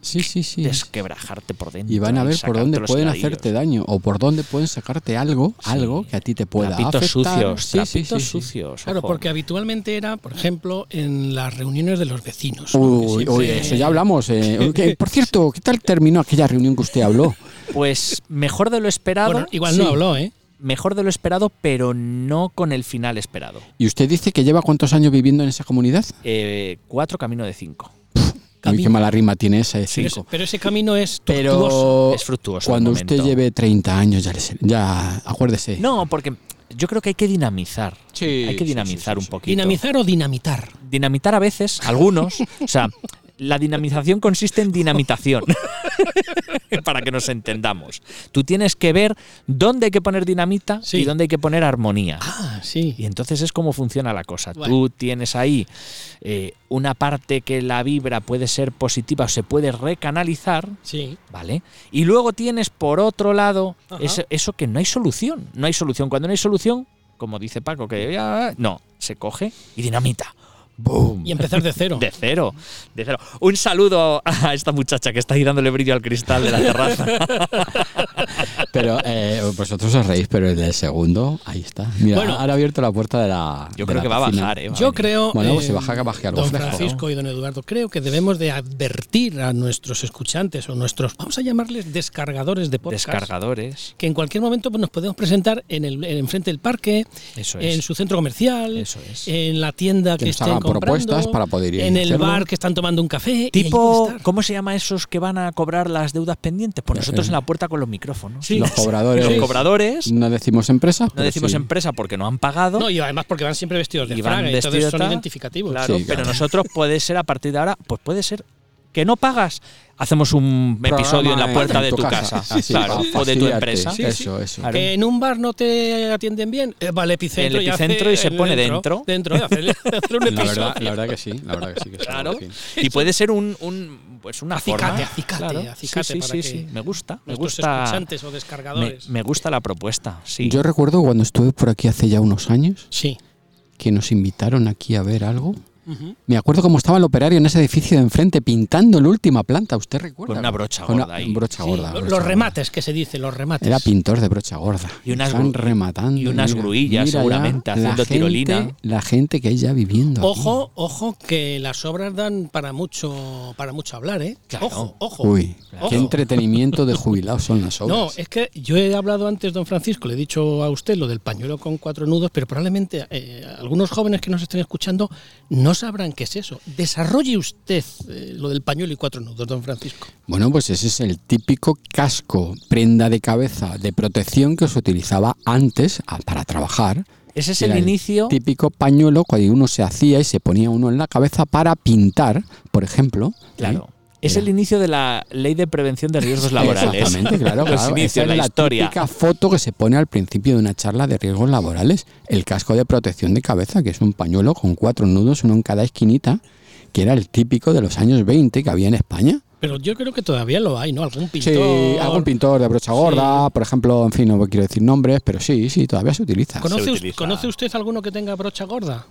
Speaker 3: sí, sí, Ah. sí.
Speaker 2: desquebrajarte por dentro.
Speaker 3: y van a ver por
Speaker 2: sacarte
Speaker 3: dónde
Speaker 2: los
Speaker 3: pueden
Speaker 2: hiladillos.
Speaker 3: hacerte daño o por dónde pueden sacarte algo, algo que a ti te pueda
Speaker 2: trapitos
Speaker 3: afectar.
Speaker 2: sucios,
Speaker 3: Sí, sí,
Speaker 2: trapitos
Speaker 3: sí, sí.
Speaker 2: sucios.
Speaker 4: Claro,
Speaker 2: ojo. ¿eh?
Speaker 4: porque habitualmente era, por ejemplo, en las reuniones de los vecinos. ¿no?
Speaker 3: Uy,
Speaker 4: Que
Speaker 3: uy,
Speaker 4: siempre-
Speaker 3: eso ya hablamos. eh. Ok, por cierto, ¿qué tal terminó aquella reunión que usted habló?
Speaker 2: Pues mejor de lo esperado.
Speaker 4: Bueno, igual no
Speaker 2: sí,
Speaker 4: habló, ¿eh?
Speaker 2: Mejor de lo esperado, pero no con el final esperado.
Speaker 3: ¿Y usted dice que lleva cuántos años viviendo en esa comunidad?
Speaker 2: Eh, cuatro camino de cinco.
Speaker 3: Uy, qué
Speaker 4: Camino.
Speaker 3: mala rima tiene esa de
Speaker 4: Pero ese,
Speaker 3: cinco.
Speaker 4: pero ese camino es tortuoso.
Speaker 3: Pero
Speaker 2: es fructuoso. el
Speaker 3: cuando usted
Speaker 2: momento.
Speaker 3: lleve 30 años, ya, le se- ya acuérdese.
Speaker 2: No, porque yo creo que hay que dinamizar.
Speaker 3: Sí,
Speaker 2: hay que
Speaker 3: sí,
Speaker 2: dinamizar
Speaker 3: sí, sí,
Speaker 2: un
Speaker 3: sí.
Speaker 2: poquito.
Speaker 4: ¿Dinamizar o dinamitar?
Speaker 2: Dinamitar a veces, algunos. o sea, la dinamización consiste en dinamitación. Para que nos entendamos. Tú tienes que ver dónde hay que poner dinamita
Speaker 4: Sí.
Speaker 2: y dónde hay que poner armonía.
Speaker 4: Ah,
Speaker 2: Y
Speaker 4: sí.
Speaker 2: entonces es como funciona la cosa.
Speaker 4: Bueno.
Speaker 2: Tú tienes ahí eh, una parte que la vibra puede ser positiva o se puede recanalizar,
Speaker 4: Sí.
Speaker 2: ¿vale? Y luego tienes por otro lado
Speaker 4: Ajá.
Speaker 2: eso, eso que no hay solución. No hay solución. Cuando no hay solución, como dice Paco, que ya- no, se coge y dinamita. ¡Boom!
Speaker 4: Y empezar de cero.
Speaker 2: De cero, de cero. Un saludo a esta muchacha que está ahí dándole brillo al cristal de la terraza.
Speaker 3: Pero eh, vosotros os reís, pero el del segundo, ahí está. Mira,
Speaker 4: Bueno.
Speaker 3: ahora ha abierto la puerta de la.
Speaker 2: Yo
Speaker 3: de
Speaker 2: creo
Speaker 3: la
Speaker 2: que va a
Speaker 3: cocina.
Speaker 2: bajar, ¿eh? Va a
Speaker 4: Yo
Speaker 2: venir.
Speaker 4: creo,
Speaker 3: Bueno, pues si baja, que baje algo
Speaker 4: don
Speaker 3: fresco.
Speaker 4: Francisco y don Eduardo, creo que debemos de advertir a nuestros escuchantes o nuestros, vamos a llamarles descargadores de podcast,
Speaker 2: Descargadores.
Speaker 4: que en cualquier momento pues, nos podemos presentar en el en enfrente del parque,
Speaker 2: Eso es.
Speaker 4: en su centro comercial,
Speaker 2: Eso es.
Speaker 4: en la
Speaker 3: Que
Speaker 4: tienda que,
Speaker 3: nos
Speaker 4: estén
Speaker 3: hagan
Speaker 4: comprando,
Speaker 3: propuestas para poder ir a
Speaker 4: en el
Speaker 3: hacerlo.
Speaker 4: bar que están tomando un café, y ahí
Speaker 2: Tipo,
Speaker 4: puede estar.
Speaker 2: ¿cómo se llama esos que van a cobrar las deudas pendientes? Pues nosotros en la puerta con los micrófonos.
Speaker 4: Sí.
Speaker 3: Los cobradores.
Speaker 2: Los cobradores,
Speaker 3: eh. No decimos empresas.
Speaker 2: no
Speaker 3: pero
Speaker 2: decimos
Speaker 3: sí.
Speaker 2: empresa porque no han pagado.
Speaker 4: No, y además porque van siempre vestidos de
Speaker 2: Y van
Speaker 4: fraga,
Speaker 2: vestidos
Speaker 4: entonces son
Speaker 2: tal.
Speaker 4: identificativos.
Speaker 2: Claro,
Speaker 3: Sí,
Speaker 2: pero
Speaker 3: claro.
Speaker 2: nosotros puede ser a partir de ahora, pues puede ser que no pagas. Hacemos un
Speaker 3: Programa
Speaker 2: episodio en la puerta de tu casa,
Speaker 3: Así,
Speaker 2: claro,
Speaker 3: para
Speaker 2: o de tu
Speaker 3: fastidiarte.
Speaker 2: empresa.
Speaker 3: Sí, Eso, eso.
Speaker 2: Claro.
Speaker 4: Que en un bar no te atienden bien, eh, va al epicentro,
Speaker 2: El
Speaker 4: y hace
Speaker 2: epicentro y se
Speaker 4: el
Speaker 2: pone dentro.
Speaker 4: Dentro, de hacer, de hacer un
Speaker 3: La
Speaker 4: episodio.
Speaker 3: verdad, la verdad que sí, la verdad que sí. que está
Speaker 2: Claro.
Speaker 3: bien.
Speaker 2: Y puede ser un, un- pues una
Speaker 4: Acicate,
Speaker 2: forma.
Speaker 4: acicate,
Speaker 2: claro.
Speaker 4: acicate
Speaker 2: Sí, sí,
Speaker 4: para
Speaker 2: sí,
Speaker 4: que
Speaker 2: sí. Me gusta, me
Speaker 4: Nuestros
Speaker 2: gusta.
Speaker 4: escuchantes o
Speaker 2: Me,
Speaker 4: descargadores.
Speaker 2: me gusta la propuesta, sí.
Speaker 3: Yo recuerdo cuando estuve por aquí hace ya unos años
Speaker 4: Sí.
Speaker 3: que nos invitaron aquí a ver algo Me acuerdo cómo estaba el operario en ese edificio de enfrente pintando la última planta, ¿usted recuerda?
Speaker 2: Con una brocha
Speaker 3: Con una
Speaker 2: gorda ahí.
Speaker 3: brocha
Speaker 4: Sí,
Speaker 3: gorda,
Speaker 4: lo-
Speaker 3: brocha
Speaker 4: los
Speaker 3: gorda.
Speaker 4: remates que se dice, los remates.
Speaker 3: Era pintor de brocha gorda.
Speaker 2: Y unas
Speaker 3: Están
Speaker 2: gru-
Speaker 3: rematando.
Speaker 2: y unas gruillas,
Speaker 3: ya
Speaker 2: seguramente, haciendo
Speaker 3: gente-
Speaker 2: tirolina.
Speaker 3: La gente que hay ya viviendo. aquí.
Speaker 4: Ojo, ojo, que las obras dan para mucho, para mucho hablar, ¿eh?
Speaker 2: Claro.
Speaker 4: Ojo, ojo.
Speaker 3: Uy,
Speaker 4: Ojo.
Speaker 3: qué entretenimiento de jubilados son las obras.
Speaker 4: No, es que yo he hablado antes, don Francisco, le he dicho a usted lo del pañuelo con cuatro nudos, pero probablemente eh, algunos jóvenes que nos estén escuchando no sabrán qué es eso. Desarrolle usted eh, lo del pañuelo y cuatro nudos, don Francisco.
Speaker 3: Bueno, pues ese es el típico casco, prenda de cabeza, de protección que se utilizaba antes a- para trabajar.
Speaker 2: Ese es
Speaker 3: Era
Speaker 2: el inicio.
Speaker 3: Típico pañuelo cuando uno se hacía y se ponía uno en la cabeza para pintar, por ejemplo.
Speaker 2: Claro.
Speaker 3: ¿eh?
Speaker 2: Es
Speaker 3: Era.
Speaker 2: el inicio de la ley de prevención de riesgos laborales.
Speaker 3: Exactamente, claro.
Speaker 2: Los
Speaker 3: claro. Esa
Speaker 2: inicios,
Speaker 3: es
Speaker 2: la, historia.
Speaker 3: típica foto que se pone al principio de una charla de riesgos laborales. El casco de protección de cabeza, que es un pañuelo con cuatro nudos, uno en cada esquinita, que era el típico de los años 20 que había en España.
Speaker 4: Pero yo creo que todavía lo hay, ¿no? Algún pintor.
Speaker 3: Sí, algún pintor de brocha gorda, por ejemplo, en fin, no quiero decir nombres, pero sí, sí, todavía se utiliza.
Speaker 4: ¿Conoce,
Speaker 2: Se
Speaker 4: us-
Speaker 2: utiliza.
Speaker 4: ¿Conoce usted alguno que tenga brocha gorda?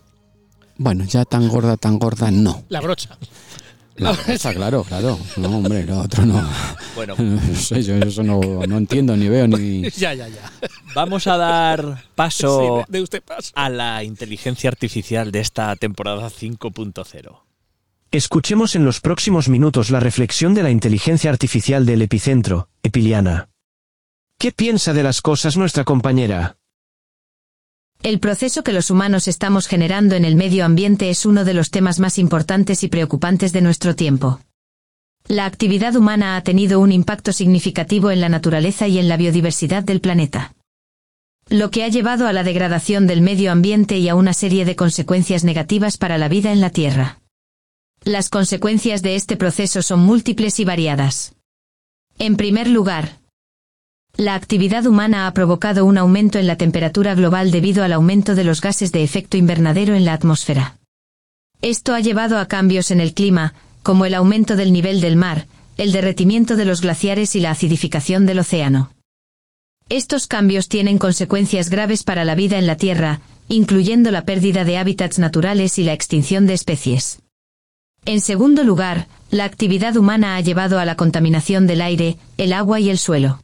Speaker 3: Bueno, ya tan gorda, tan gorda, no.
Speaker 4: La brocha.
Speaker 3: La cabeza, claro, claro. No, hombre, lo otro no.
Speaker 2: Bueno,
Speaker 3: No sé, yo eso no, no entiendo, ni veo, ni...
Speaker 4: ya, ya, ya.
Speaker 2: vamos a dar paso
Speaker 4: Sí, de, de usted paso.
Speaker 2: a la inteligencia artificial de esta temporada 5.0.
Speaker 1: Escuchemos en los próximos minutos la reflexión de la inteligencia artificial del epicentro, Epiliana. ¿Qué piensa de las cosas nuestra compañera?
Speaker 5: El proceso que los humanos estamos generando en el medio ambiente es uno de los temas más importantes y preocupantes de nuestro tiempo. La actividad humana ha tenido un impacto significativo en la naturaleza y en la biodiversidad del planeta. Lo que ha llevado a la degradación del medio ambiente y a una serie de consecuencias negativas para la vida en la Tierra. Las consecuencias de este proceso son múltiples y variadas. En primer lugar, la actividad humana ha provocado un aumento en la temperatura global debido al aumento de los gases de efecto invernadero en la atmósfera. Esto ha llevado a cambios en el clima, como el aumento del nivel del mar, el derretimiento de los glaciares y la acidificación del océano. Estos cambios tienen consecuencias graves para la vida en la Tierra, incluyendo la pérdida de hábitats naturales y la extinción de especies. En segundo lugar, la actividad humana ha llevado a la contaminación del aire, el agua y el suelo.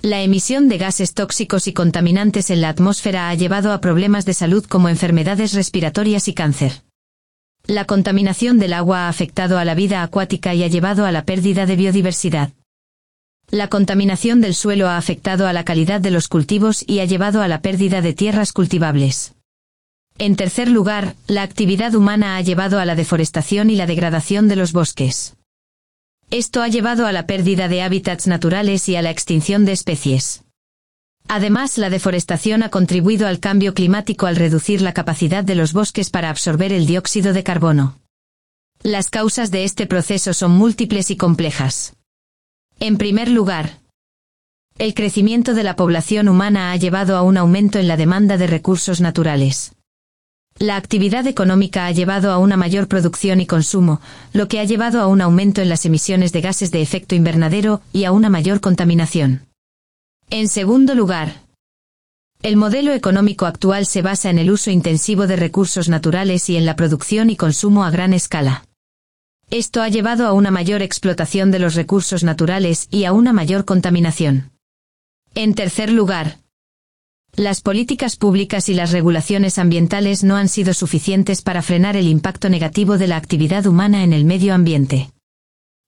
Speaker 5: La emisión de gases tóxicos y contaminantes en la atmósfera ha llevado a problemas de salud como enfermedades respiratorias y cáncer. La contaminación del agua ha afectado a la vida acuática y ha llevado a la pérdida de biodiversidad. La contaminación del suelo ha afectado a la calidad de los cultivos y ha llevado a la pérdida de tierras cultivables. En tercer lugar, la actividad humana ha llevado a la deforestación y la degradación de los bosques. Esto ha llevado a la pérdida de hábitats naturales y a la extinción de especies. Además, la deforestación ha contribuido al cambio climático al reducir la capacidad de los bosques para absorber el dióxido de carbono. Las causas de este proceso son múltiples y complejas. En primer lugar, el crecimiento de la población humana ha llevado a un aumento en la demanda de recursos naturales. La actividad económica ha llevado a una mayor producción y consumo, lo que ha llevado a un aumento en las emisiones de gases de efecto invernadero y a una mayor contaminación. En segundo lugar, el modelo económico actual se basa en el uso intensivo de recursos naturales y en la producción y consumo a gran escala. Esto ha llevado a una mayor explotación de los recursos naturales y a una mayor contaminación. En tercer lugar, las políticas públicas y las regulaciones ambientales no han sido suficientes para frenar el impacto negativo de la actividad humana en el medio ambiente.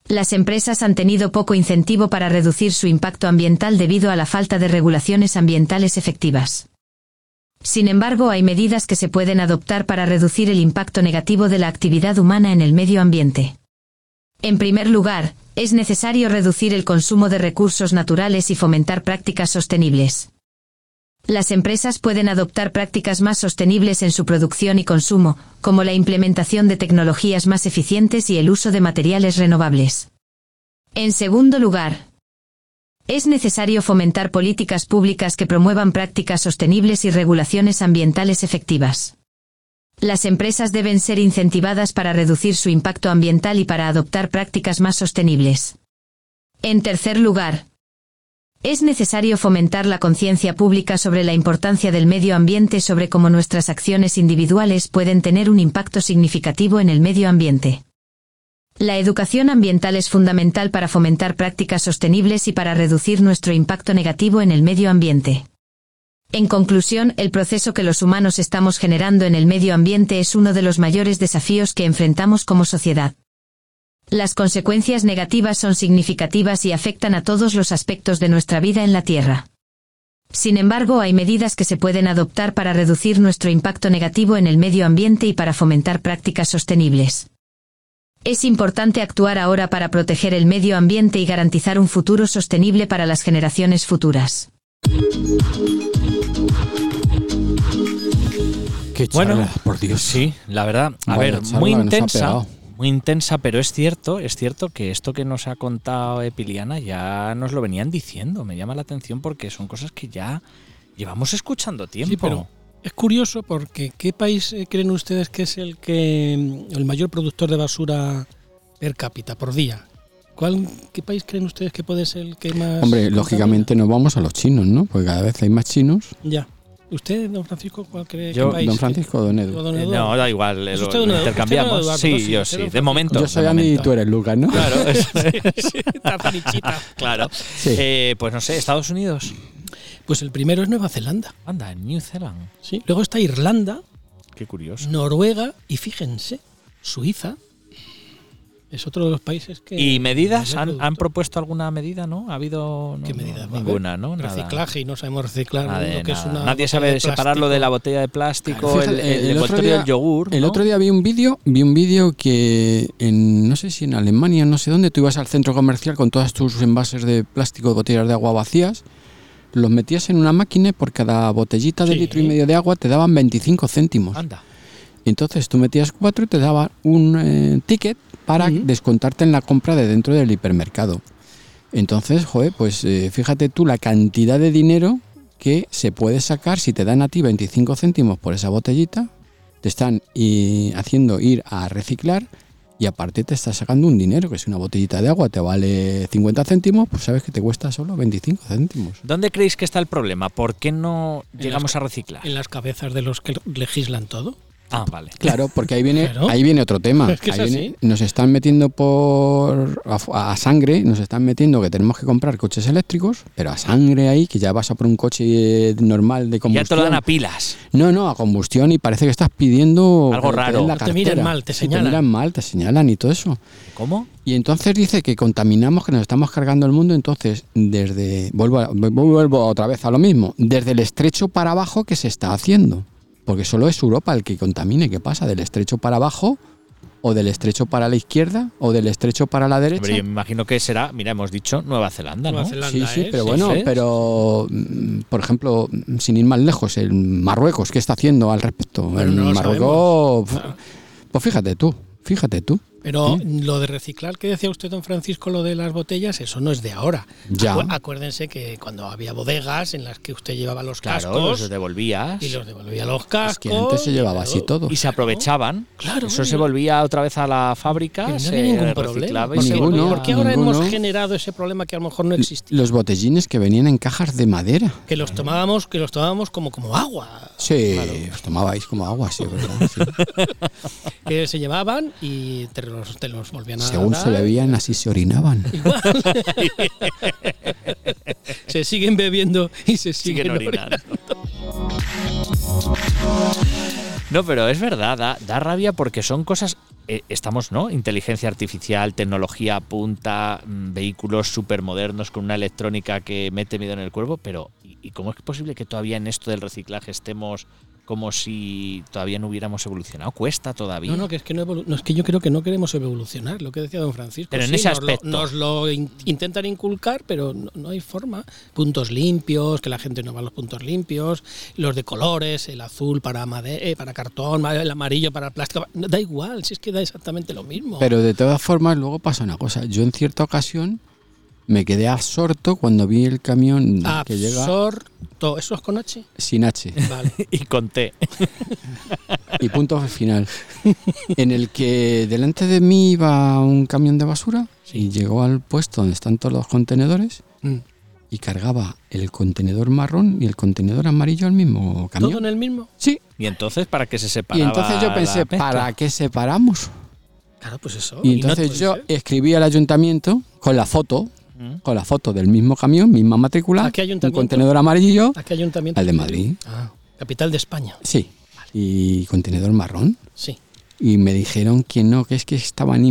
Speaker 5: Las empresas han tenido poco incentivo para reducir su impacto ambiental debido a la falta de regulaciones ambientales efectivas. Sin embargo, hay medidas que se pueden adoptar para reducir el impacto negativo de la actividad humana en el medio ambiente. En primer lugar, es necesario reducir el consumo de recursos naturales y fomentar prácticas sostenibles. Las empresas pueden adoptar prácticas más sostenibles en su producción y consumo, como la implementación de tecnologías más eficientes y el uso de materiales renovables. En segundo lugar, es necesario fomentar políticas públicas que promuevan prácticas sostenibles y regulaciones ambientales efectivas. Las empresas deben ser incentivadas para reducir su impacto ambiental y para adoptar prácticas más sostenibles. En tercer lugar, Es necesario fomentar la conciencia pública sobre la importancia del medio ambiente, sobre cómo nuestras acciones individuales pueden tener un impacto significativo en el medio ambiente. La educación ambiental es fundamental para fomentar prácticas sostenibles y para reducir nuestro impacto negativo en el medio ambiente. En conclusión, el proceso que los humanos estamos generando en el medio ambiente es uno de los mayores desafíos que enfrentamos como sociedad. Las consecuencias negativas son significativas y afectan a todos los aspectos de nuestra vida en la Tierra. Sin embargo, hay medidas que se pueden adoptar para reducir nuestro impacto negativo en el medio ambiente y para fomentar prácticas sostenibles. Es importante actuar ahora para proteger el medio ambiente y garantizar un futuro sostenible para las generaciones futuras.
Speaker 3: Qué
Speaker 2: Bueno,
Speaker 3: charla, por Dios.
Speaker 2: Sí, la verdad. A
Speaker 3: Vaya
Speaker 2: ver,
Speaker 3: charla
Speaker 2: muy
Speaker 3: que nos ha
Speaker 2: intensa.
Speaker 3: pegado.
Speaker 2: Muy intensa, pero es cierto, es cierto que esto que nos ha contado Epiliana ya nos lo venían diciendo. Me llama la atención porque son cosas que ya llevamos escuchando tiempo.
Speaker 4: Sí, pero es curioso porque ¿qué país eh, creen ustedes que es el que mm, el mayor productor de basura per cápita por día? ¿Cuál, ¿Qué país creen ustedes que puede ser el que más...
Speaker 3: Hombre,
Speaker 4: contamina?
Speaker 3: lógicamente nos vamos a los chinos, ¿no? Porque cada vez hay más chinos.
Speaker 4: Ya. ¿Usted, don Francisco, cuál cree
Speaker 2: Yo-
Speaker 4: qué país?
Speaker 3: Don Francisco o Don Edu.
Speaker 4: ¿O don
Speaker 2: Eh,
Speaker 4: Eduardo? Pues
Speaker 2: no, da igual, eh,
Speaker 4: ¿Es
Speaker 2: lo,
Speaker 4: usted
Speaker 2: lo
Speaker 4: una- usted
Speaker 2: intercambiamos.
Speaker 4: una de Eduardo?
Speaker 2: sí,
Speaker 4: Sí, pues
Speaker 2: yo sí,
Speaker 4: usted era un
Speaker 2: de momento.
Speaker 3: Yo
Speaker 2: de
Speaker 3: soy Ani y
Speaker 2: momento.
Speaker 3: tú eres Lucas, ¿no?
Speaker 2: Claro, es-
Speaker 4: Está felichita.
Speaker 2: Ah, claro.
Speaker 3: Sí.
Speaker 2: Eh, pues no sé, Estados Unidos.
Speaker 4: Pues el primero es Nueva Zelanda.
Speaker 2: Anda, New Zealand.
Speaker 4: ¿sí? Luego está Irlanda,
Speaker 2: Qué curioso.
Speaker 4: Noruega y fíjense, Suiza. Es otro de los países que...
Speaker 2: ¿Y medidas?
Speaker 4: mayor
Speaker 2: ¿Han,
Speaker 4: productor.
Speaker 2: han propuesto alguna medida, no? ¿Ha habido no,
Speaker 4: ¿Qué
Speaker 2: no,
Speaker 4: medidas va a haber?
Speaker 2: Ninguna, ¿no? Nada.
Speaker 4: Reciclaje y no sabemos reciclar.
Speaker 2: Nada de
Speaker 4: lo que es
Speaker 2: nada.
Speaker 4: una
Speaker 2: Nadie
Speaker 4: botella
Speaker 2: sabe
Speaker 4: de
Speaker 2: separarlo de la botella de plástico,
Speaker 3: Fíjate,
Speaker 2: el, el,
Speaker 3: el otro
Speaker 2: envoltorio
Speaker 3: día-
Speaker 2: del yogur.
Speaker 3: El
Speaker 2: ¿no?
Speaker 3: otro día vi un vídeo, vi un vídeo que en, no sé si en Alemania, no sé dónde, tú ibas al centro comercial con todas tus envases de plástico, botellas de agua vacías, los metías en una máquina y por cada botellita de
Speaker 4: Sí.
Speaker 3: litro y medio de agua te daban 25 céntimos.
Speaker 2: Anda.
Speaker 3: Entonces tú metías cuatro y te daban un eh, ticket para
Speaker 4: Ujú.
Speaker 3: descontarte en la compra de dentro del hipermercado. Entonces, joder, pues eh, fíjate tú la cantidad de dinero que se puede sacar si te dan a ti 25 céntimos por esa botellita, te están eh, haciendo ir a reciclar y aparte te estás sacando un dinero, que si una botellita de agua te vale 50 céntimos, pues sabes que te cuesta solo 25 céntimos.
Speaker 2: ¿Dónde creéis que está el problema? ¿Por qué no
Speaker 4: las
Speaker 2: llegamos a reciclar?
Speaker 4: En las cabezas de los que legislan todo.
Speaker 2: Ah, vale.
Speaker 3: Claro, porque ahí viene,
Speaker 4: Claro.
Speaker 3: ahí viene otro tema.
Speaker 4: Es que es
Speaker 3: Ahí
Speaker 4: así.
Speaker 3: viene- nos están metiendo por a, fu- a sangre, nos están metiendo que tenemos que comprar coches eléctricos, pero a sangre ahí, que ya vas a por un coche normal
Speaker 2: Ya te
Speaker 3: de
Speaker 2: lo
Speaker 3: combustión.
Speaker 2: dan a pilas.
Speaker 3: No, no, a combustión y parece que estás pidiendo
Speaker 2: Algo
Speaker 3: que te den
Speaker 2: raro.
Speaker 3: la
Speaker 4: Te miran
Speaker 3: cartera.
Speaker 4: mal, te
Speaker 3: Sí,
Speaker 4: señalan.
Speaker 3: Te miran mal, te señalan y todo eso.
Speaker 2: ¿Cómo?
Speaker 3: Y entonces dice que contaminamos, que nos estamos cargando el mundo. Entonces, desde. Vuelvo, a- vuelvo otra vez a lo mismo. Desde el estrecho para abajo que se está haciendo. Porque solo es Europa el que contamine. ¿Qué pasa? ¿Del estrecho para abajo? ¿O del estrecho para la izquierda? ¿O del estrecho para la derecha?
Speaker 2: Hombre, yo me imagino que será, mira, hemos dicho Nueva Zelanda,
Speaker 4: Nueva
Speaker 2: ¿no?
Speaker 4: Zelanda,
Speaker 3: Sí, sí,
Speaker 4: ¿eh?
Speaker 3: pero
Speaker 2: Sí,
Speaker 3: bueno,
Speaker 2: sí.
Speaker 3: pero mm, por ejemplo, mm, sin ir más lejos, el Marruecos, ¿qué está haciendo al respecto?
Speaker 4: Pero
Speaker 3: el
Speaker 4: no lo
Speaker 3: Marruecos,
Speaker 2: Ah.
Speaker 3: pues fíjate tú, fíjate tú.
Speaker 4: Pero lo de reciclar que decía usted, don Francisco, lo de las botellas, eso no es de ahora.
Speaker 3: Ya.
Speaker 4: Acu- acuérdense que cuando había bodegas en las que usted llevaba los
Speaker 2: Claro,
Speaker 4: cascos
Speaker 2: los devolvías.
Speaker 4: y los devolvía los cascos.
Speaker 3: Es que antes se llevaba así todo.
Speaker 2: Y se aprovechaban.
Speaker 4: Claro,
Speaker 2: Eso
Speaker 4: bueno.
Speaker 2: se volvía otra vez a la fábrica.
Speaker 4: Que no
Speaker 2: se
Speaker 4: había ningún problema.
Speaker 2: reciclaba y
Speaker 4: ¿Por
Speaker 2: se
Speaker 4: qué-
Speaker 3: Ninguno,
Speaker 2: volvía-
Speaker 4: ¿Por qué ahora
Speaker 3: ninguno.
Speaker 4: hemos generado ese problema que a lo mejor no existía?
Speaker 3: Los botellines que venían en cajas de madera.
Speaker 4: Que los tomábamos, que los tomábamos como, como agua,
Speaker 3: Sí, os tomabais como agua, sí, ¿verdad? Sí.
Speaker 4: que se llevaban y te los, te los volvían a
Speaker 3: Según
Speaker 4: dar.
Speaker 3: se bebían, así se orinaban.
Speaker 4: Se siguen bebiendo y se siguen,
Speaker 2: siguen
Speaker 4: orinando.
Speaker 2: orinando. No, pero es verdad, da, da rabia porque son cosas. eh, estamos, ¿no? Inteligencia artificial, tecnología a punta, mm, vehículos supermodernos con una electrónica que mete miedo en el cuerpo, pero ¿y, y cómo es posible que todavía en esto del reciclaje estemos como si todavía no hubiéramos evolucionado? Cuesta todavía.
Speaker 4: No, no, que es que, no evolu- no, es que yo creo que no queremos evolucionar, lo que decía don Francisco.
Speaker 2: Pero en ese
Speaker 4: nos lo-
Speaker 2: aspecto.
Speaker 4: Nos lo, in- intentan inculcar, pero no, no hay forma. Puntos limpios, que la gente no va a los puntos limpios, los de colores, el azul para, made- eh, para cartón, ma- el amarillo para plástico. No, da igual, si es que da exactamente lo mismo.
Speaker 3: Pero de todas formas, luego pasa una cosa. Yo en cierta ocasión me quedé absorto cuando vi el camión que llega
Speaker 4: Absorto. ¿Eso es con H?
Speaker 3: sin H.
Speaker 4: Vale.
Speaker 2: Y conté.
Speaker 3: y punto final. En el que delante de mí iba un camión de basura y llegó al puesto donde están todos los contenedores
Speaker 4: Mm.
Speaker 3: y cargaba el contenedor marrón y el contenedor amarillo al mismo
Speaker 4: ¿Todo
Speaker 3: camión.
Speaker 4: en el mismo?
Speaker 3: Sí.
Speaker 2: Y entonces, ¿para qué se
Speaker 3: Y
Speaker 2: separaba?
Speaker 3: entonces yo
Speaker 2: la
Speaker 3: pensé,
Speaker 2: mezcla?
Speaker 3: ¿para qué separamos?
Speaker 4: Claro, pues eso.
Speaker 3: Y
Speaker 4: no
Speaker 3: entonces
Speaker 4: puede
Speaker 3: yo
Speaker 4: ser.
Speaker 3: escribí al ayuntamiento con la foto,
Speaker 2: Mm.
Speaker 3: con la foto del mismo camión, misma matrícula,
Speaker 4: ¿A qué
Speaker 3: un
Speaker 4: ayuntamiento?
Speaker 3: contenedor amarillo,
Speaker 4: ¿A qué ayuntamiento?
Speaker 3: al de Madrid,
Speaker 4: Ah, capital de España.
Speaker 3: sí, y contenedor marrón.
Speaker 4: Sí.
Speaker 3: Y me dijeron que no, que es que estaban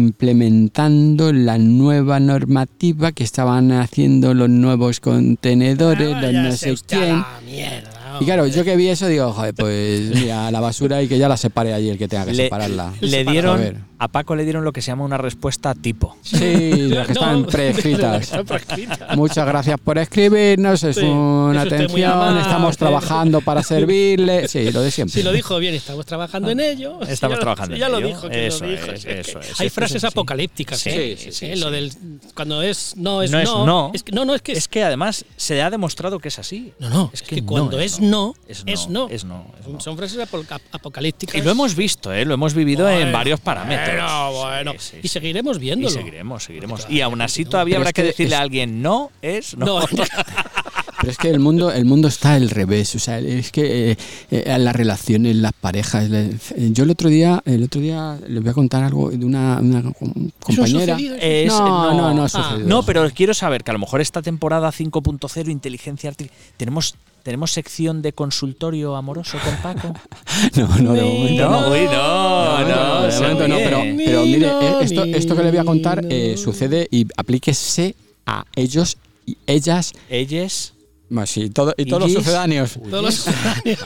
Speaker 3: implementando la nueva normativa, que estaban haciendo los nuevos contenedores,
Speaker 4: Ah,
Speaker 3: los
Speaker 4: ya
Speaker 3: no
Speaker 4: se
Speaker 3: sé
Speaker 4: está
Speaker 3: quién.
Speaker 4: la mierda,
Speaker 3: Y
Speaker 4: hombre.
Speaker 3: claro, yo que vi eso digo, joder, pues mira, a la basura y que ya la separe allí el que tenga que
Speaker 2: Le,
Speaker 3: separarla.
Speaker 2: le
Speaker 3: A
Speaker 2: dieron,
Speaker 3: ver.
Speaker 2: a Paco le dieron lo que se llama una respuesta tipo.
Speaker 3: Sí, las que están
Speaker 4: No,
Speaker 3: preescritas.
Speaker 4: está prescrita.
Speaker 3: Muchas gracias por escribirnos, es
Speaker 4: Sí,
Speaker 3: una
Speaker 4: es usted muy
Speaker 3: atención,
Speaker 4: amable.
Speaker 3: estamos trabajando para servirle. Sí, lo de siempre.
Speaker 4: Si lo dijo bien, estamos trabajando en ello. Si
Speaker 2: Estamos
Speaker 4: ya lo-
Speaker 2: trabajando
Speaker 4: si
Speaker 2: en
Speaker 4: ya lo
Speaker 2: ello.
Speaker 4: dijo, que
Speaker 2: Eso
Speaker 4: lo dijo.
Speaker 2: es,
Speaker 4: si es
Speaker 2: eso
Speaker 4: que
Speaker 2: es.
Speaker 4: Hay
Speaker 2: Es que
Speaker 4: frases
Speaker 2: sí.
Speaker 4: apocalípticas,
Speaker 2: Sí,
Speaker 4: ¿eh?
Speaker 2: sí, sí,
Speaker 4: ¿Eh?
Speaker 2: sí,
Speaker 4: lo
Speaker 2: sí.
Speaker 4: del cuando es no es
Speaker 2: No
Speaker 4: no.
Speaker 2: es no.
Speaker 4: Es que, no, no, es que
Speaker 2: Es que además se ha demostrado que es así.
Speaker 4: No, no, es que cuando es no,
Speaker 2: es
Speaker 4: es
Speaker 2: no,
Speaker 4: no.
Speaker 2: es no, es
Speaker 4: Son-
Speaker 2: no.
Speaker 4: Son frases apoca- apocalípticas.
Speaker 2: Y lo hemos visto, ¿eh? lo hemos vivido en
Speaker 4: Bueno,
Speaker 2: varios parámetros.
Speaker 4: Bueno, bueno.
Speaker 2: Sí, sí,
Speaker 4: y
Speaker 2: sí.
Speaker 4: seguiremos
Speaker 2: Y
Speaker 4: viéndolo.
Speaker 2: seguiremos, seguiremos.
Speaker 4: Porque
Speaker 2: Y aún así
Speaker 4: no.
Speaker 2: todavía
Speaker 3: Pero
Speaker 2: habrá
Speaker 3: es
Speaker 2: que
Speaker 3: que
Speaker 2: decirle
Speaker 3: es-
Speaker 2: a alguien, no es no.
Speaker 4: No,
Speaker 3: Pero es que el mundo, el mundo está al revés. O sea, es que eh, eh, las relaciones, las parejas. la- yo el otro día, el otro día les voy a contar algo de una, una com- compañera.
Speaker 4: sucedido?
Speaker 2: Es-
Speaker 3: no, no, no, ha
Speaker 2: ah,
Speaker 3: sucedido.
Speaker 2: no, pero quiero saber que a lo mejor esta temporada 5.0, inteligencia artificial, tenemos... ¿Tenemos sección de consultorio amoroso con Paco?
Speaker 3: no, no, de momento no.
Speaker 2: uy,
Speaker 4: Ah,
Speaker 2: no,
Speaker 3: No, de
Speaker 2: se
Speaker 3: momento no,
Speaker 2: oye.
Speaker 3: pero,
Speaker 4: bien.
Speaker 3: pero mire, eh,
Speaker 4: Ni
Speaker 3: esto,
Speaker 4: no,
Speaker 3: esto que le voy a contar
Speaker 4: ni
Speaker 3: eh,
Speaker 4: no.
Speaker 3: sucede y aplíquese a ellos y ellas,
Speaker 2: Ellas,
Speaker 3: bueno, sí, todo, y todos los
Speaker 2: Illis.
Speaker 3: sucedáneos.
Speaker 4: Todos los-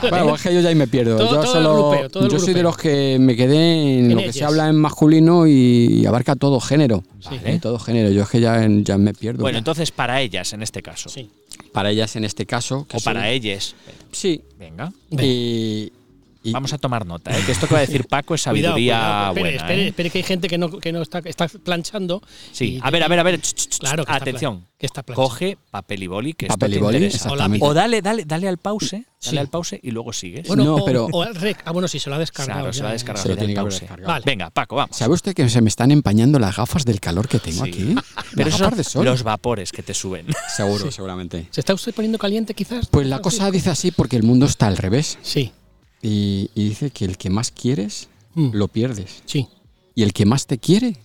Speaker 3: Bueno, es que yo ya ahí me pierdo.
Speaker 4: Todo-
Speaker 3: yo
Speaker 4: todo el
Speaker 3: solo,
Speaker 4: grupeo, todo el
Speaker 3: yo soy de
Speaker 4: grupeo.
Speaker 3: los que me quedé en,
Speaker 4: En
Speaker 3: lo que
Speaker 4: ellos.
Speaker 3: se habla en masculino y abarca todo género.
Speaker 4: Sí.
Speaker 3: Vale, Todo género. Yo es que ya, en- ya me pierdo.
Speaker 2: Bueno,
Speaker 3: Ya.
Speaker 2: entonces para ellas en este caso.
Speaker 4: Sí.
Speaker 3: para ellas en este caso. que
Speaker 2: O para
Speaker 3: son-
Speaker 2: ellas.
Speaker 3: Sí.
Speaker 2: Venga.
Speaker 3: Y, y-
Speaker 2: Vamos a tomar nota, ¿eh? que esto que va a decir Paco es
Speaker 4: Cuidado,
Speaker 2: sabiduría
Speaker 4: cuidado. Espere,
Speaker 2: buena.
Speaker 4: espere,
Speaker 2: ¿eh?
Speaker 4: espere, que hay gente que no, que no está, que está planchando.
Speaker 2: Sí,
Speaker 4: y-
Speaker 2: a ver, a ver, a ver. Ch, ch, ch,
Speaker 4: Claro que está
Speaker 2: Atención.
Speaker 4: plan- que está planchado.
Speaker 2: Coge papel y boli, que
Speaker 3: Papel y
Speaker 2: esto te
Speaker 3: boli,
Speaker 2: interesa.
Speaker 3: exactamente.
Speaker 2: O dale, dale, dale al pause, dale
Speaker 4: Sí.
Speaker 2: al pause y luego sigues.
Speaker 4: Bueno,
Speaker 3: No,
Speaker 4: o-
Speaker 3: pero-
Speaker 4: o al rec. Ah, bueno, sí, se lo ha descargado.
Speaker 2: claro, se
Speaker 4: ya, eh.
Speaker 2: va a
Speaker 4: ya,
Speaker 2: descargar.
Speaker 3: Se lo
Speaker 2: dale al
Speaker 3: tiene que haber
Speaker 2: pause.
Speaker 3: descargado.
Speaker 4: Vale.
Speaker 2: Venga, Paco, vamos.
Speaker 3: ¿Sabe usted que se me están empañando las gafas del calor que tengo
Speaker 2: Sí.
Speaker 3: aquí?
Speaker 2: Pero
Speaker 3: las
Speaker 2: eso
Speaker 3: gafas de sol.
Speaker 2: los vapores que te suben.
Speaker 3: Seguro, seguramente.
Speaker 4: ¿Se está usted poniendo caliente quizás? Ah,
Speaker 3: Pues la cosa dice así porque el mundo está al revés.
Speaker 4: Sí.
Speaker 3: Y, y dice que el que más quieres,
Speaker 4: Mm.
Speaker 3: lo pierdes.
Speaker 4: Sí.
Speaker 3: Y el que más te quiere,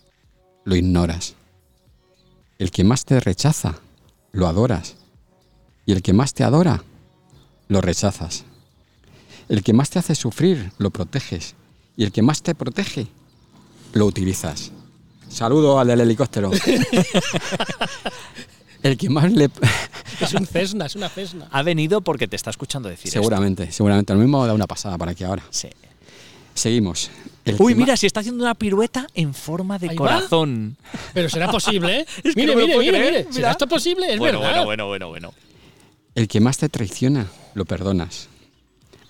Speaker 3: lo ignoras. El que más te rechaza, lo adoras. Y el que más te adora, lo rechazas. El que más te hace sufrir, lo proteges. Y el que más te protege, lo utilizas. Saludo al del helicóptero. el que más le...
Speaker 4: Es un Cessna, es una Cessna.
Speaker 2: Ha venido porque te está escuchando decir esto.
Speaker 3: seguramente, seguramente. Lo mismo da una pasada para aquí ahora.
Speaker 2: Sí.
Speaker 3: Seguimos. El
Speaker 2: Uy,
Speaker 3: que ma-
Speaker 2: mira, se está haciendo una pirueta en forma de
Speaker 4: Ahí va.
Speaker 2: corazón.
Speaker 4: Pero será posible, ¿eh?
Speaker 2: Es que
Speaker 4: mire,
Speaker 2: no me lo
Speaker 4: mire,
Speaker 2: puedo
Speaker 4: mire,
Speaker 2: creer,
Speaker 4: mire.
Speaker 2: mira.
Speaker 4: ¿Será esto posible? Es
Speaker 2: bueno,
Speaker 4: verdad.
Speaker 2: bueno, bueno, bueno, bueno.
Speaker 3: El que más te traiciona, lo perdonas.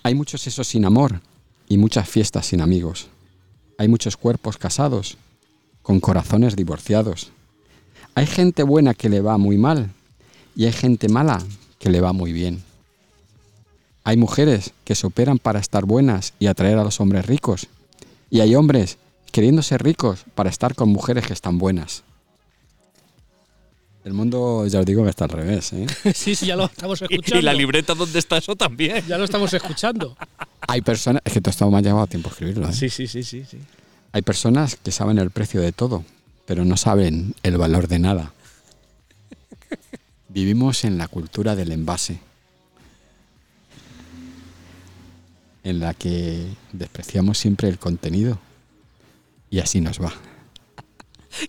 Speaker 3: Hay muchos esos sin amor y muchas fiestas sin amigos. Hay muchos cuerpos casados, con corazones divorciados. Hay gente buena que le va muy mal y hay gente mala que le va muy bien. Hay mujeres que se operan para estar buenas y atraer a los hombres ricos. Y hay hombres queriendo ser ricos para estar con mujeres que están buenas. El mundo, ya os digo que está al revés. ¿eh?
Speaker 4: Sí, sí, ya lo estamos
Speaker 2: Y, y
Speaker 4: escuchando.
Speaker 2: la libreta donde está eso también.
Speaker 4: Ya lo estamos escuchando.
Speaker 3: Hay personas. Es que todo esto me ha llevado tiempo escribirlo. ¿eh?
Speaker 2: sí, sí, sí, sí.
Speaker 3: Hay personas que saben el precio de todo, pero no saben el valor de nada. Vivimos en la cultura del envase, en la que despreciamos siempre el contenido. Y así nos va.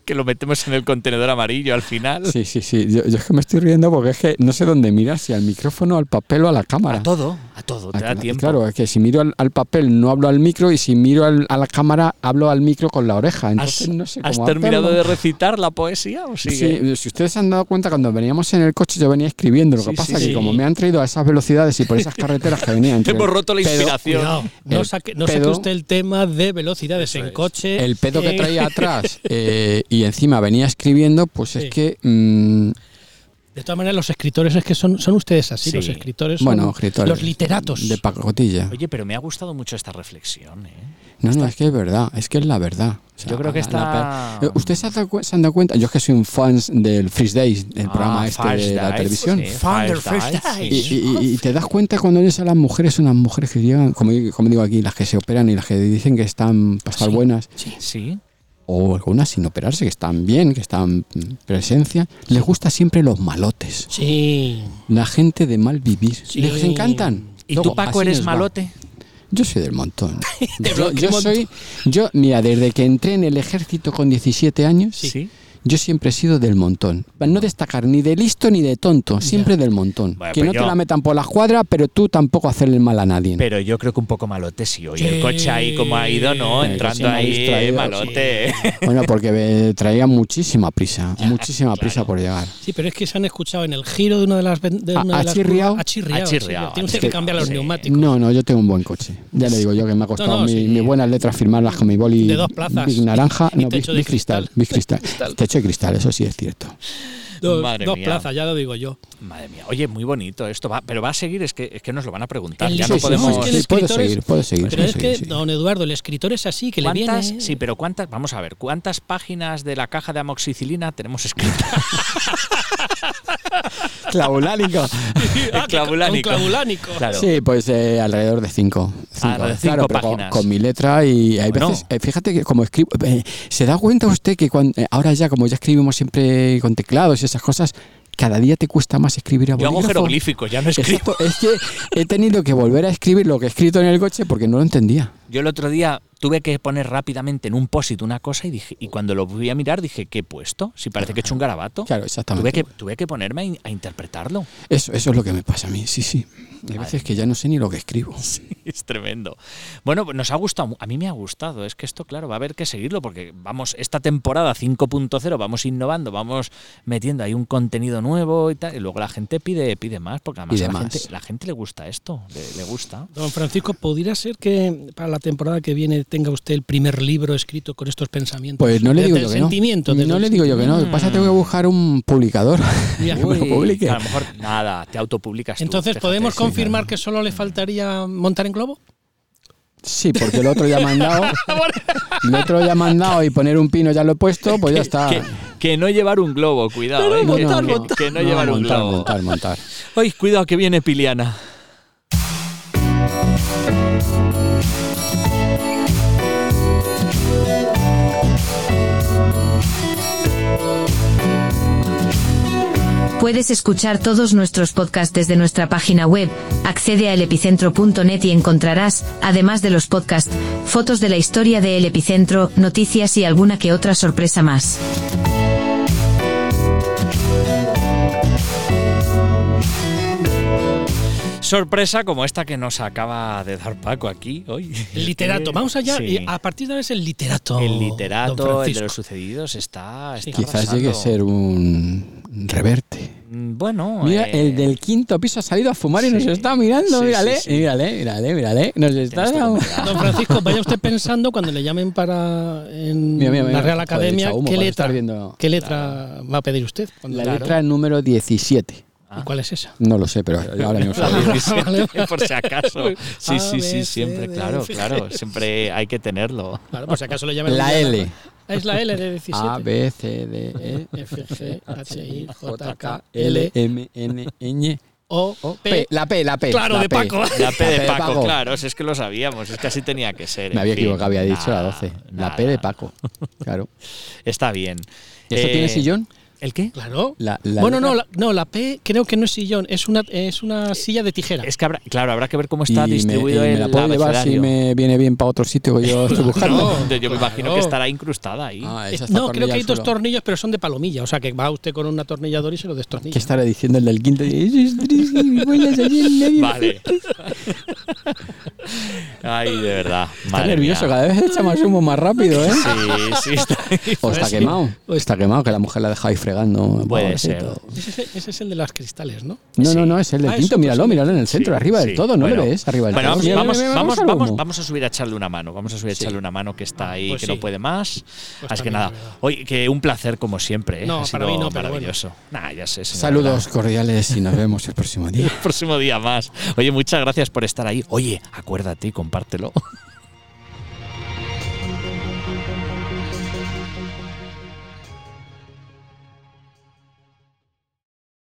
Speaker 2: que lo metemos en el contenedor amarillo al final.
Speaker 3: Sí, sí, sí. Yo, yo es que me estoy riendo porque es que no sé dónde mirar, si al micrófono, al papel o a la cámara.
Speaker 2: A todo, a todo, te
Speaker 3: Ah,
Speaker 2: da
Speaker 3: cla-
Speaker 2: tiempo.
Speaker 3: Claro, es que si miro al, al papel no hablo al micro y si miro al- a la cámara hablo al micro con la oreja.
Speaker 2: ¿Has,
Speaker 3: Entonces no sé
Speaker 2: has
Speaker 3: cómo
Speaker 2: terminado
Speaker 3: hacerlo.
Speaker 2: de recitar la poesía o sigue?
Speaker 3: Sí, si ustedes se han dado cuenta, cuando veníamos en el coche yo venía escribiendo. Lo que
Speaker 2: Sí,
Speaker 3: pasa
Speaker 2: sí,
Speaker 3: que
Speaker 2: sí.
Speaker 3: como me han traído a esas velocidades y por esas carreteras que venían... entre
Speaker 2: Hemos roto la
Speaker 3: pedo-
Speaker 2: inspiración.
Speaker 4: Cuidado, no
Speaker 3: El
Speaker 4: saque, no saque
Speaker 3: pedo-
Speaker 4: usted el tema de velocidades en
Speaker 2: es.
Speaker 4: coche.
Speaker 3: El pedo que
Speaker 4: en-
Speaker 3: traía atrás eh, y encima venía escribiendo, pues
Speaker 4: Sí.
Speaker 3: es que... mm,
Speaker 4: De todas maneras, los escritores es que son, son ustedes así,
Speaker 2: Sí.
Speaker 4: los escritores. son
Speaker 3: bueno, escritores.
Speaker 4: Los literatos.
Speaker 3: De pacotilla.
Speaker 2: Oye, pero me ha gustado mucho esta reflexión, ¿eh?
Speaker 3: No, no, es que es verdad, es que es la verdad. O
Speaker 2: Yo creo que
Speaker 3: la- la
Speaker 2: está.
Speaker 3: pe- Eh, ¿Ustedes se han dado cu- se han dado cuenta? Yo es que soy un fan del Freeze Days, el
Speaker 2: Ah,
Speaker 3: programa este
Speaker 2: Fast
Speaker 3: de la
Speaker 2: Dice,
Speaker 3: televisión.
Speaker 2: sí,
Speaker 6: Thunder
Speaker 2: Fast
Speaker 6: Fast
Speaker 2: Dice,
Speaker 3: Y,
Speaker 2: sí.
Speaker 3: y- y- y te das cuenta cuando eres a las mujeres, son las mujeres que llegan, como, como digo aquí, las que se operan y las que dicen que están para estar buenas,
Speaker 2: Sí.
Speaker 3: o algunas sin operarse, que están bien, que están mm, presencia, les gusta siempre los malotes,
Speaker 4: Sí.
Speaker 3: la gente de mal vivir,
Speaker 4: Sí.
Speaker 3: les encantan.
Speaker 2: ¿Y
Speaker 3: Luego,
Speaker 2: tú, Paco,
Speaker 3: así
Speaker 2: eres
Speaker 3: les va.
Speaker 2: malote?
Speaker 3: Yo soy del montón. yo,
Speaker 4: bloqueo
Speaker 3: yo
Speaker 4: montón.
Speaker 3: soy, yo, mira, desde que entré en el ejército con 17 años, yo siempre he sido del montón. Para No destacar ni de listo ni de tonto, siempre del montón.
Speaker 2: Bueno,
Speaker 3: que
Speaker 2: pues
Speaker 3: no
Speaker 2: yo-
Speaker 3: te la metan por la cuadra, pero tú tampoco hacerle mal a nadie.
Speaker 2: Pero yo creo que un poco malote sí. Oye, el
Speaker 4: Sí.
Speaker 2: coche ahí como ha ido, ¿no?
Speaker 3: Sí, que sí,
Speaker 2: Entrando
Speaker 3: me ha
Speaker 2: ahí,
Speaker 3: distraído,
Speaker 2: eh, malote. eh.
Speaker 3: Bueno, porque eh, traía muchísima prisa, muchísima prisa por llegar.
Speaker 4: Sí, pero es que se han escuchado en el giro de una de las. ven- De
Speaker 3: Ah,
Speaker 4: una de las
Speaker 3: achirriao.
Speaker 4: curvas. Achirriao, sí,
Speaker 2: Achirriao,
Speaker 4: Tiene usted
Speaker 2: achirriao,
Speaker 4: que cambiar los
Speaker 2: sí.
Speaker 4: neumáticos.
Speaker 3: No, no, yo tengo un buen coche. Ya le digo yo que me ha costado
Speaker 4: no,
Speaker 3: mi-
Speaker 4: sí.
Speaker 3: mis buenas letras firmarlas con mi boli
Speaker 4: De dos plazas.
Speaker 3: Big naranja,
Speaker 4: Y
Speaker 3: no, Big,
Speaker 4: techo de
Speaker 3: Big cristal,
Speaker 4: cristal.
Speaker 3: Big cristal. Techo de cristal, eso sí es cierto.
Speaker 4: Dos,
Speaker 2: Madre
Speaker 4: dos
Speaker 2: mía.
Speaker 4: plazas, ya lo digo yo.
Speaker 2: Madre mía. Oye, muy bonito esto. va- pero va a seguir, es que, es que nos lo van a preguntar.
Speaker 4: El
Speaker 2: Ya
Speaker 4: sí,
Speaker 2: no
Speaker 4: sí,
Speaker 2: podemos.
Speaker 4: sí, es que el
Speaker 3: puedo
Speaker 4: escritor es-
Speaker 3: seguir, puedo seguir.
Speaker 4: Pero
Speaker 3: puedo
Speaker 4: es que,
Speaker 3: seguir, sí.
Speaker 4: don Eduardo, el escritor es así, que le viene. ¿eh?
Speaker 2: ¿Cuántas? Sí, pero ¿cuántas? Vamos a ver, ¿cuántas páginas de la caja de amoxicilina tenemos escritas?
Speaker 3: Clavulánico.
Speaker 2: El clavulánico.
Speaker 4: Ah, Con clavulánico.
Speaker 2: Claro.
Speaker 3: Sí, pues eh, alrededor de cinco. cinco.
Speaker 2: Alrededor de cinco
Speaker 3: claro, pero con-
Speaker 2: páginas.
Speaker 3: Con, mi letra y hay
Speaker 2: Bueno.
Speaker 3: veces, eh, fíjate que como escribo, eh, ¿se da cuenta usted que cuando, eh, ahora ya como ya escribimos siempre con teclados y esas cosas, cada día te cuesta más escribir a
Speaker 2: Yo hago
Speaker 3: bolígrafo?
Speaker 2: jeroglíficos, ya no escribo.
Speaker 3: Exacto, es que he tenido que volver a escribir lo que he escrito en el coche porque no lo entendía.
Speaker 2: Yo el otro día tuve que poner rápidamente en un post una cosa y dije y cuando lo fui a mirar dije, ¿qué he puesto? Si parece que he hecho un garabato.
Speaker 3: Claro,
Speaker 2: Tuve
Speaker 3: exactamente.
Speaker 2: que, tuve que ponerme a in- a interpretarlo.
Speaker 3: Eso, eso es lo que me pasa a mí, sí, sí. Hay veces que ya no sé ni lo que escribo.
Speaker 2: Es tremendo. Bueno, pues nos ha gustado, mu- a mí me ha gustado, es que esto, claro, va a haber que seguirlo porque vamos, esta temporada 5.0 vamos innovando, vamos metiendo ahí un contenido nuevo y tal, y luego la gente pide, pide más, porque además
Speaker 3: Pide
Speaker 2: a la,
Speaker 3: más.
Speaker 2: Gente, la gente le gusta esto, le, le gusta.
Speaker 4: Don Francisco, ¿podría ser que para la temporada que viene tenga usted el primer libro escrito con estos pensamientos?
Speaker 3: Pues no le
Speaker 4: Desde
Speaker 3: digo
Speaker 4: el
Speaker 3: yo que
Speaker 4: sentimiento,
Speaker 3: no.
Speaker 4: desde
Speaker 3: No
Speaker 4: el
Speaker 3: le digo yo que no. Lo que pasa es que tengo que buscar un publicador
Speaker 4: Ya.
Speaker 3: que me lo
Speaker 2: Uy,
Speaker 3: publique.
Speaker 2: A lo mejor nada, te autopublicas. tú,
Speaker 4: Entonces,
Speaker 2: fíjate.
Speaker 4: ¿podemos
Speaker 2: Sí,
Speaker 4: confirmar que solo
Speaker 2: Mm.
Speaker 4: le faltaría montar en globo?
Speaker 3: Sí, porque el otro ya me han dado. el otro ya me han dado y poner un pino ya lo he puesto, pues ya está.
Speaker 2: Que, que no llevar un globo, cuidado. eh, que- que, que no, llevar un
Speaker 3: montar,
Speaker 2: globo.
Speaker 3: montar, montar.
Speaker 2: Ay, cuidado que viene Piliana.
Speaker 5: Puedes escuchar todos nuestros podcasts desde nuestra página web, accede a elepicentro.net y encontrarás, además de los podcasts, fotos de la historia de El Epicentro, noticias y alguna que otra sorpresa más.
Speaker 2: Sorpresa como esta que nos acaba de dar Paco aquí hoy.
Speaker 4: El literato. Vamos allá.
Speaker 2: Sí.
Speaker 4: y a partir de ahora es el literato.
Speaker 2: El
Speaker 4: don
Speaker 2: literato, el de
Speaker 4: Francisco.
Speaker 2: los sucedidos está. está
Speaker 3: Quizás
Speaker 2: arrasando.
Speaker 3: llegue a ser un reverte.
Speaker 2: Mm, Bueno.
Speaker 3: Mira,
Speaker 2: eh,
Speaker 3: el del quinto piso ha salido a fumar y nos
Speaker 2: sí.
Speaker 3: está mirando.
Speaker 2: Sí,
Speaker 3: mírale,
Speaker 2: sí, sí.
Speaker 3: mírale, mírale, mírale. Nos
Speaker 2: tenés
Speaker 3: está.
Speaker 2: que comentar.
Speaker 4: Don Francisco, vaya usted pensando cuando le llamen para en
Speaker 3: Mira, mira,
Speaker 4: la
Speaker 3: mira.
Speaker 4: Real
Speaker 3: Joder,
Speaker 4: Academia,
Speaker 3: echa humo
Speaker 4: ¿qué
Speaker 3: para
Speaker 4: letra,
Speaker 3: estar viendo-
Speaker 4: ¿qué letra va a pedir usted? Cuando
Speaker 3: La
Speaker 4: le-
Speaker 3: letra número 17.
Speaker 4: ¿Y cuál es esa?
Speaker 3: No lo sé, pero ahora mismo
Speaker 2: La
Speaker 3: sale.
Speaker 2: 17, por si acaso. Sí,
Speaker 4: A,
Speaker 2: sí,
Speaker 4: B,
Speaker 2: sí,
Speaker 4: C,
Speaker 2: siempre,
Speaker 4: D,
Speaker 2: claro,
Speaker 4: F, G.
Speaker 2: claro. Siempre hay que tenerlo.
Speaker 4: Claro, por si acaso le llaman.
Speaker 3: La L.
Speaker 4: Es la L de 17.
Speaker 3: A, B, C, D, E,
Speaker 4: F, G, H, I, J, K,
Speaker 3: L,
Speaker 4: L,
Speaker 3: M, N, Ñ,
Speaker 4: O,
Speaker 3: O,
Speaker 4: P.
Speaker 3: P. La P, la P.
Speaker 4: Claro,
Speaker 3: la
Speaker 4: de
Speaker 3: P.
Speaker 4: Paco.
Speaker 2: La P
Speaker 3: La
Speaker 2: de
Speaker 3: P de
Speaker 2: Paco,
Speaker 3: Paco.
Speaker 2: claro, si es que lo sabíamos, es que así tenía que ser. en
Speaker 3: Me había
Speaker 2: fin,
Speaker 3: equivocado, había dicho la
Speaker 2: nada,
Speaker 3: 12.
Speaker 2: nada.
Speaker 3: La P de Paco. Claro.
Speaker 2: Está bien.
Speaker 3: ¿Eso
Speaker 2: Eh,
Speaker 3: tiene sillón?
Speaker 2: ¿El qué?
Speaker 4: Claro.
Speaker 3: La- la
Speaker 4: bueno, no
Speaker 3: letra- Eh,
Speaker 4: la, no, la P creo que no es sillón, es una, es una silla de tijera.
Speaker 2: Es que habrá, claro, habrá que ver cómo está distribuido
Speaker 3: me, y me
Speaker 2: el
Speaker 3: la puedo llevar si
Speaker 2: abecedario.
Speaker 3: me viene bien para otro sitio que yo estoy buscando.
Speaker 2: No, yo me imagino
Speaker 4: claro.
Speaker 2: que estará incrustada ahí.
Speaker 3: Ah,
Speaker 4: Es-
Speaker 3: esa está
Speaker 4: no, creo que
Speaker 3: atornillada
Speaker 4: hay
Speaker 3: al
Speaker 4: dos
Speaker 3: suelo.
Speaker 4: tornillos, pero son de palomilla. O sea, que va usted con un atornillador y se lo
Speaker 3: ¿Qué
Speaker 4: destornilla.
Speaker 3: estará diciendo el del quinto? Eso es triste, mi abuela es allí en medio.
Speaker 2: Vale. Ay, de verdad.
Speaker 3: Está
Speaker 2: madre
Speaker 3: nervioso,
Speaker 2: mía.
Speaker 3: cada vez echa más humo más rápido, ¿eh?
Speaker 2: Sí, sí, está.
Speaker 3: O
Speaker 4: Pues
Speaker 3: está quemado. O está quemado, que la mujer la deja ahí fregando.
Speaker 2: Puede
Speaker 3: pobrecito.
Speaker 2: ser.
Speaker 4: Ese, ese es el de las cristales, ¿no?
Speaker 3: No, no,
Speaker 2: Sí.
Speaker 3: no, es el del
Speaker 4: Ah, es
Speaker 3: quinto.
Speaker 4: otro
Speaker 3: Míralo,
Speaker 4: sitio.
Speaker 3: míralo en el centro,
Speaker 2: Sí,
Speaker 3: arriba
Speaker 2: sí.
Speaker 3: del todo. ¿No
Speaker 2: Bueno,
Speaker 3: lo ves? Arriba del
Speaker 2: bueno,
Speaker 3: todo.
Speaker 2: vamos,
Speaker 3: Mira,
Speaker 2: vamos,
Speaker 3: mira, mira,
Speaker 2: vamos,
Speaker 3: al
Speaker 2: vamos,
Speaker 3: humo.
Speaker 2: vamos a subir a echarle una mano. Vamos a subir a echarle una mano que está ahí,
Speaker 4: pues
Speaker 2: que
Speaker 4: sí.
Speaker 2: no puede más.
Speaker 4: Pues
Speaker 2: Así que
Speaker 4: también,
Speaker 2: nada.
Speaker 4: la verdad.
Speaker 2: Oye, que un placer como siempre. ¿eh?
Speaker 4: No,
Speaker 2: Ha
Speaker 4: para
Speaker 2: sido
Speaker 4: mí no, pero
Speaker 2: maravilloso. Nah, ya sé, señor.
Speaker 3: Saludos cordiales y nos vemos el próximo día.
Speaker 2: El próximo día más. Oye, muchas gracias por estar ahí. Oye, acuérdate y compártelo.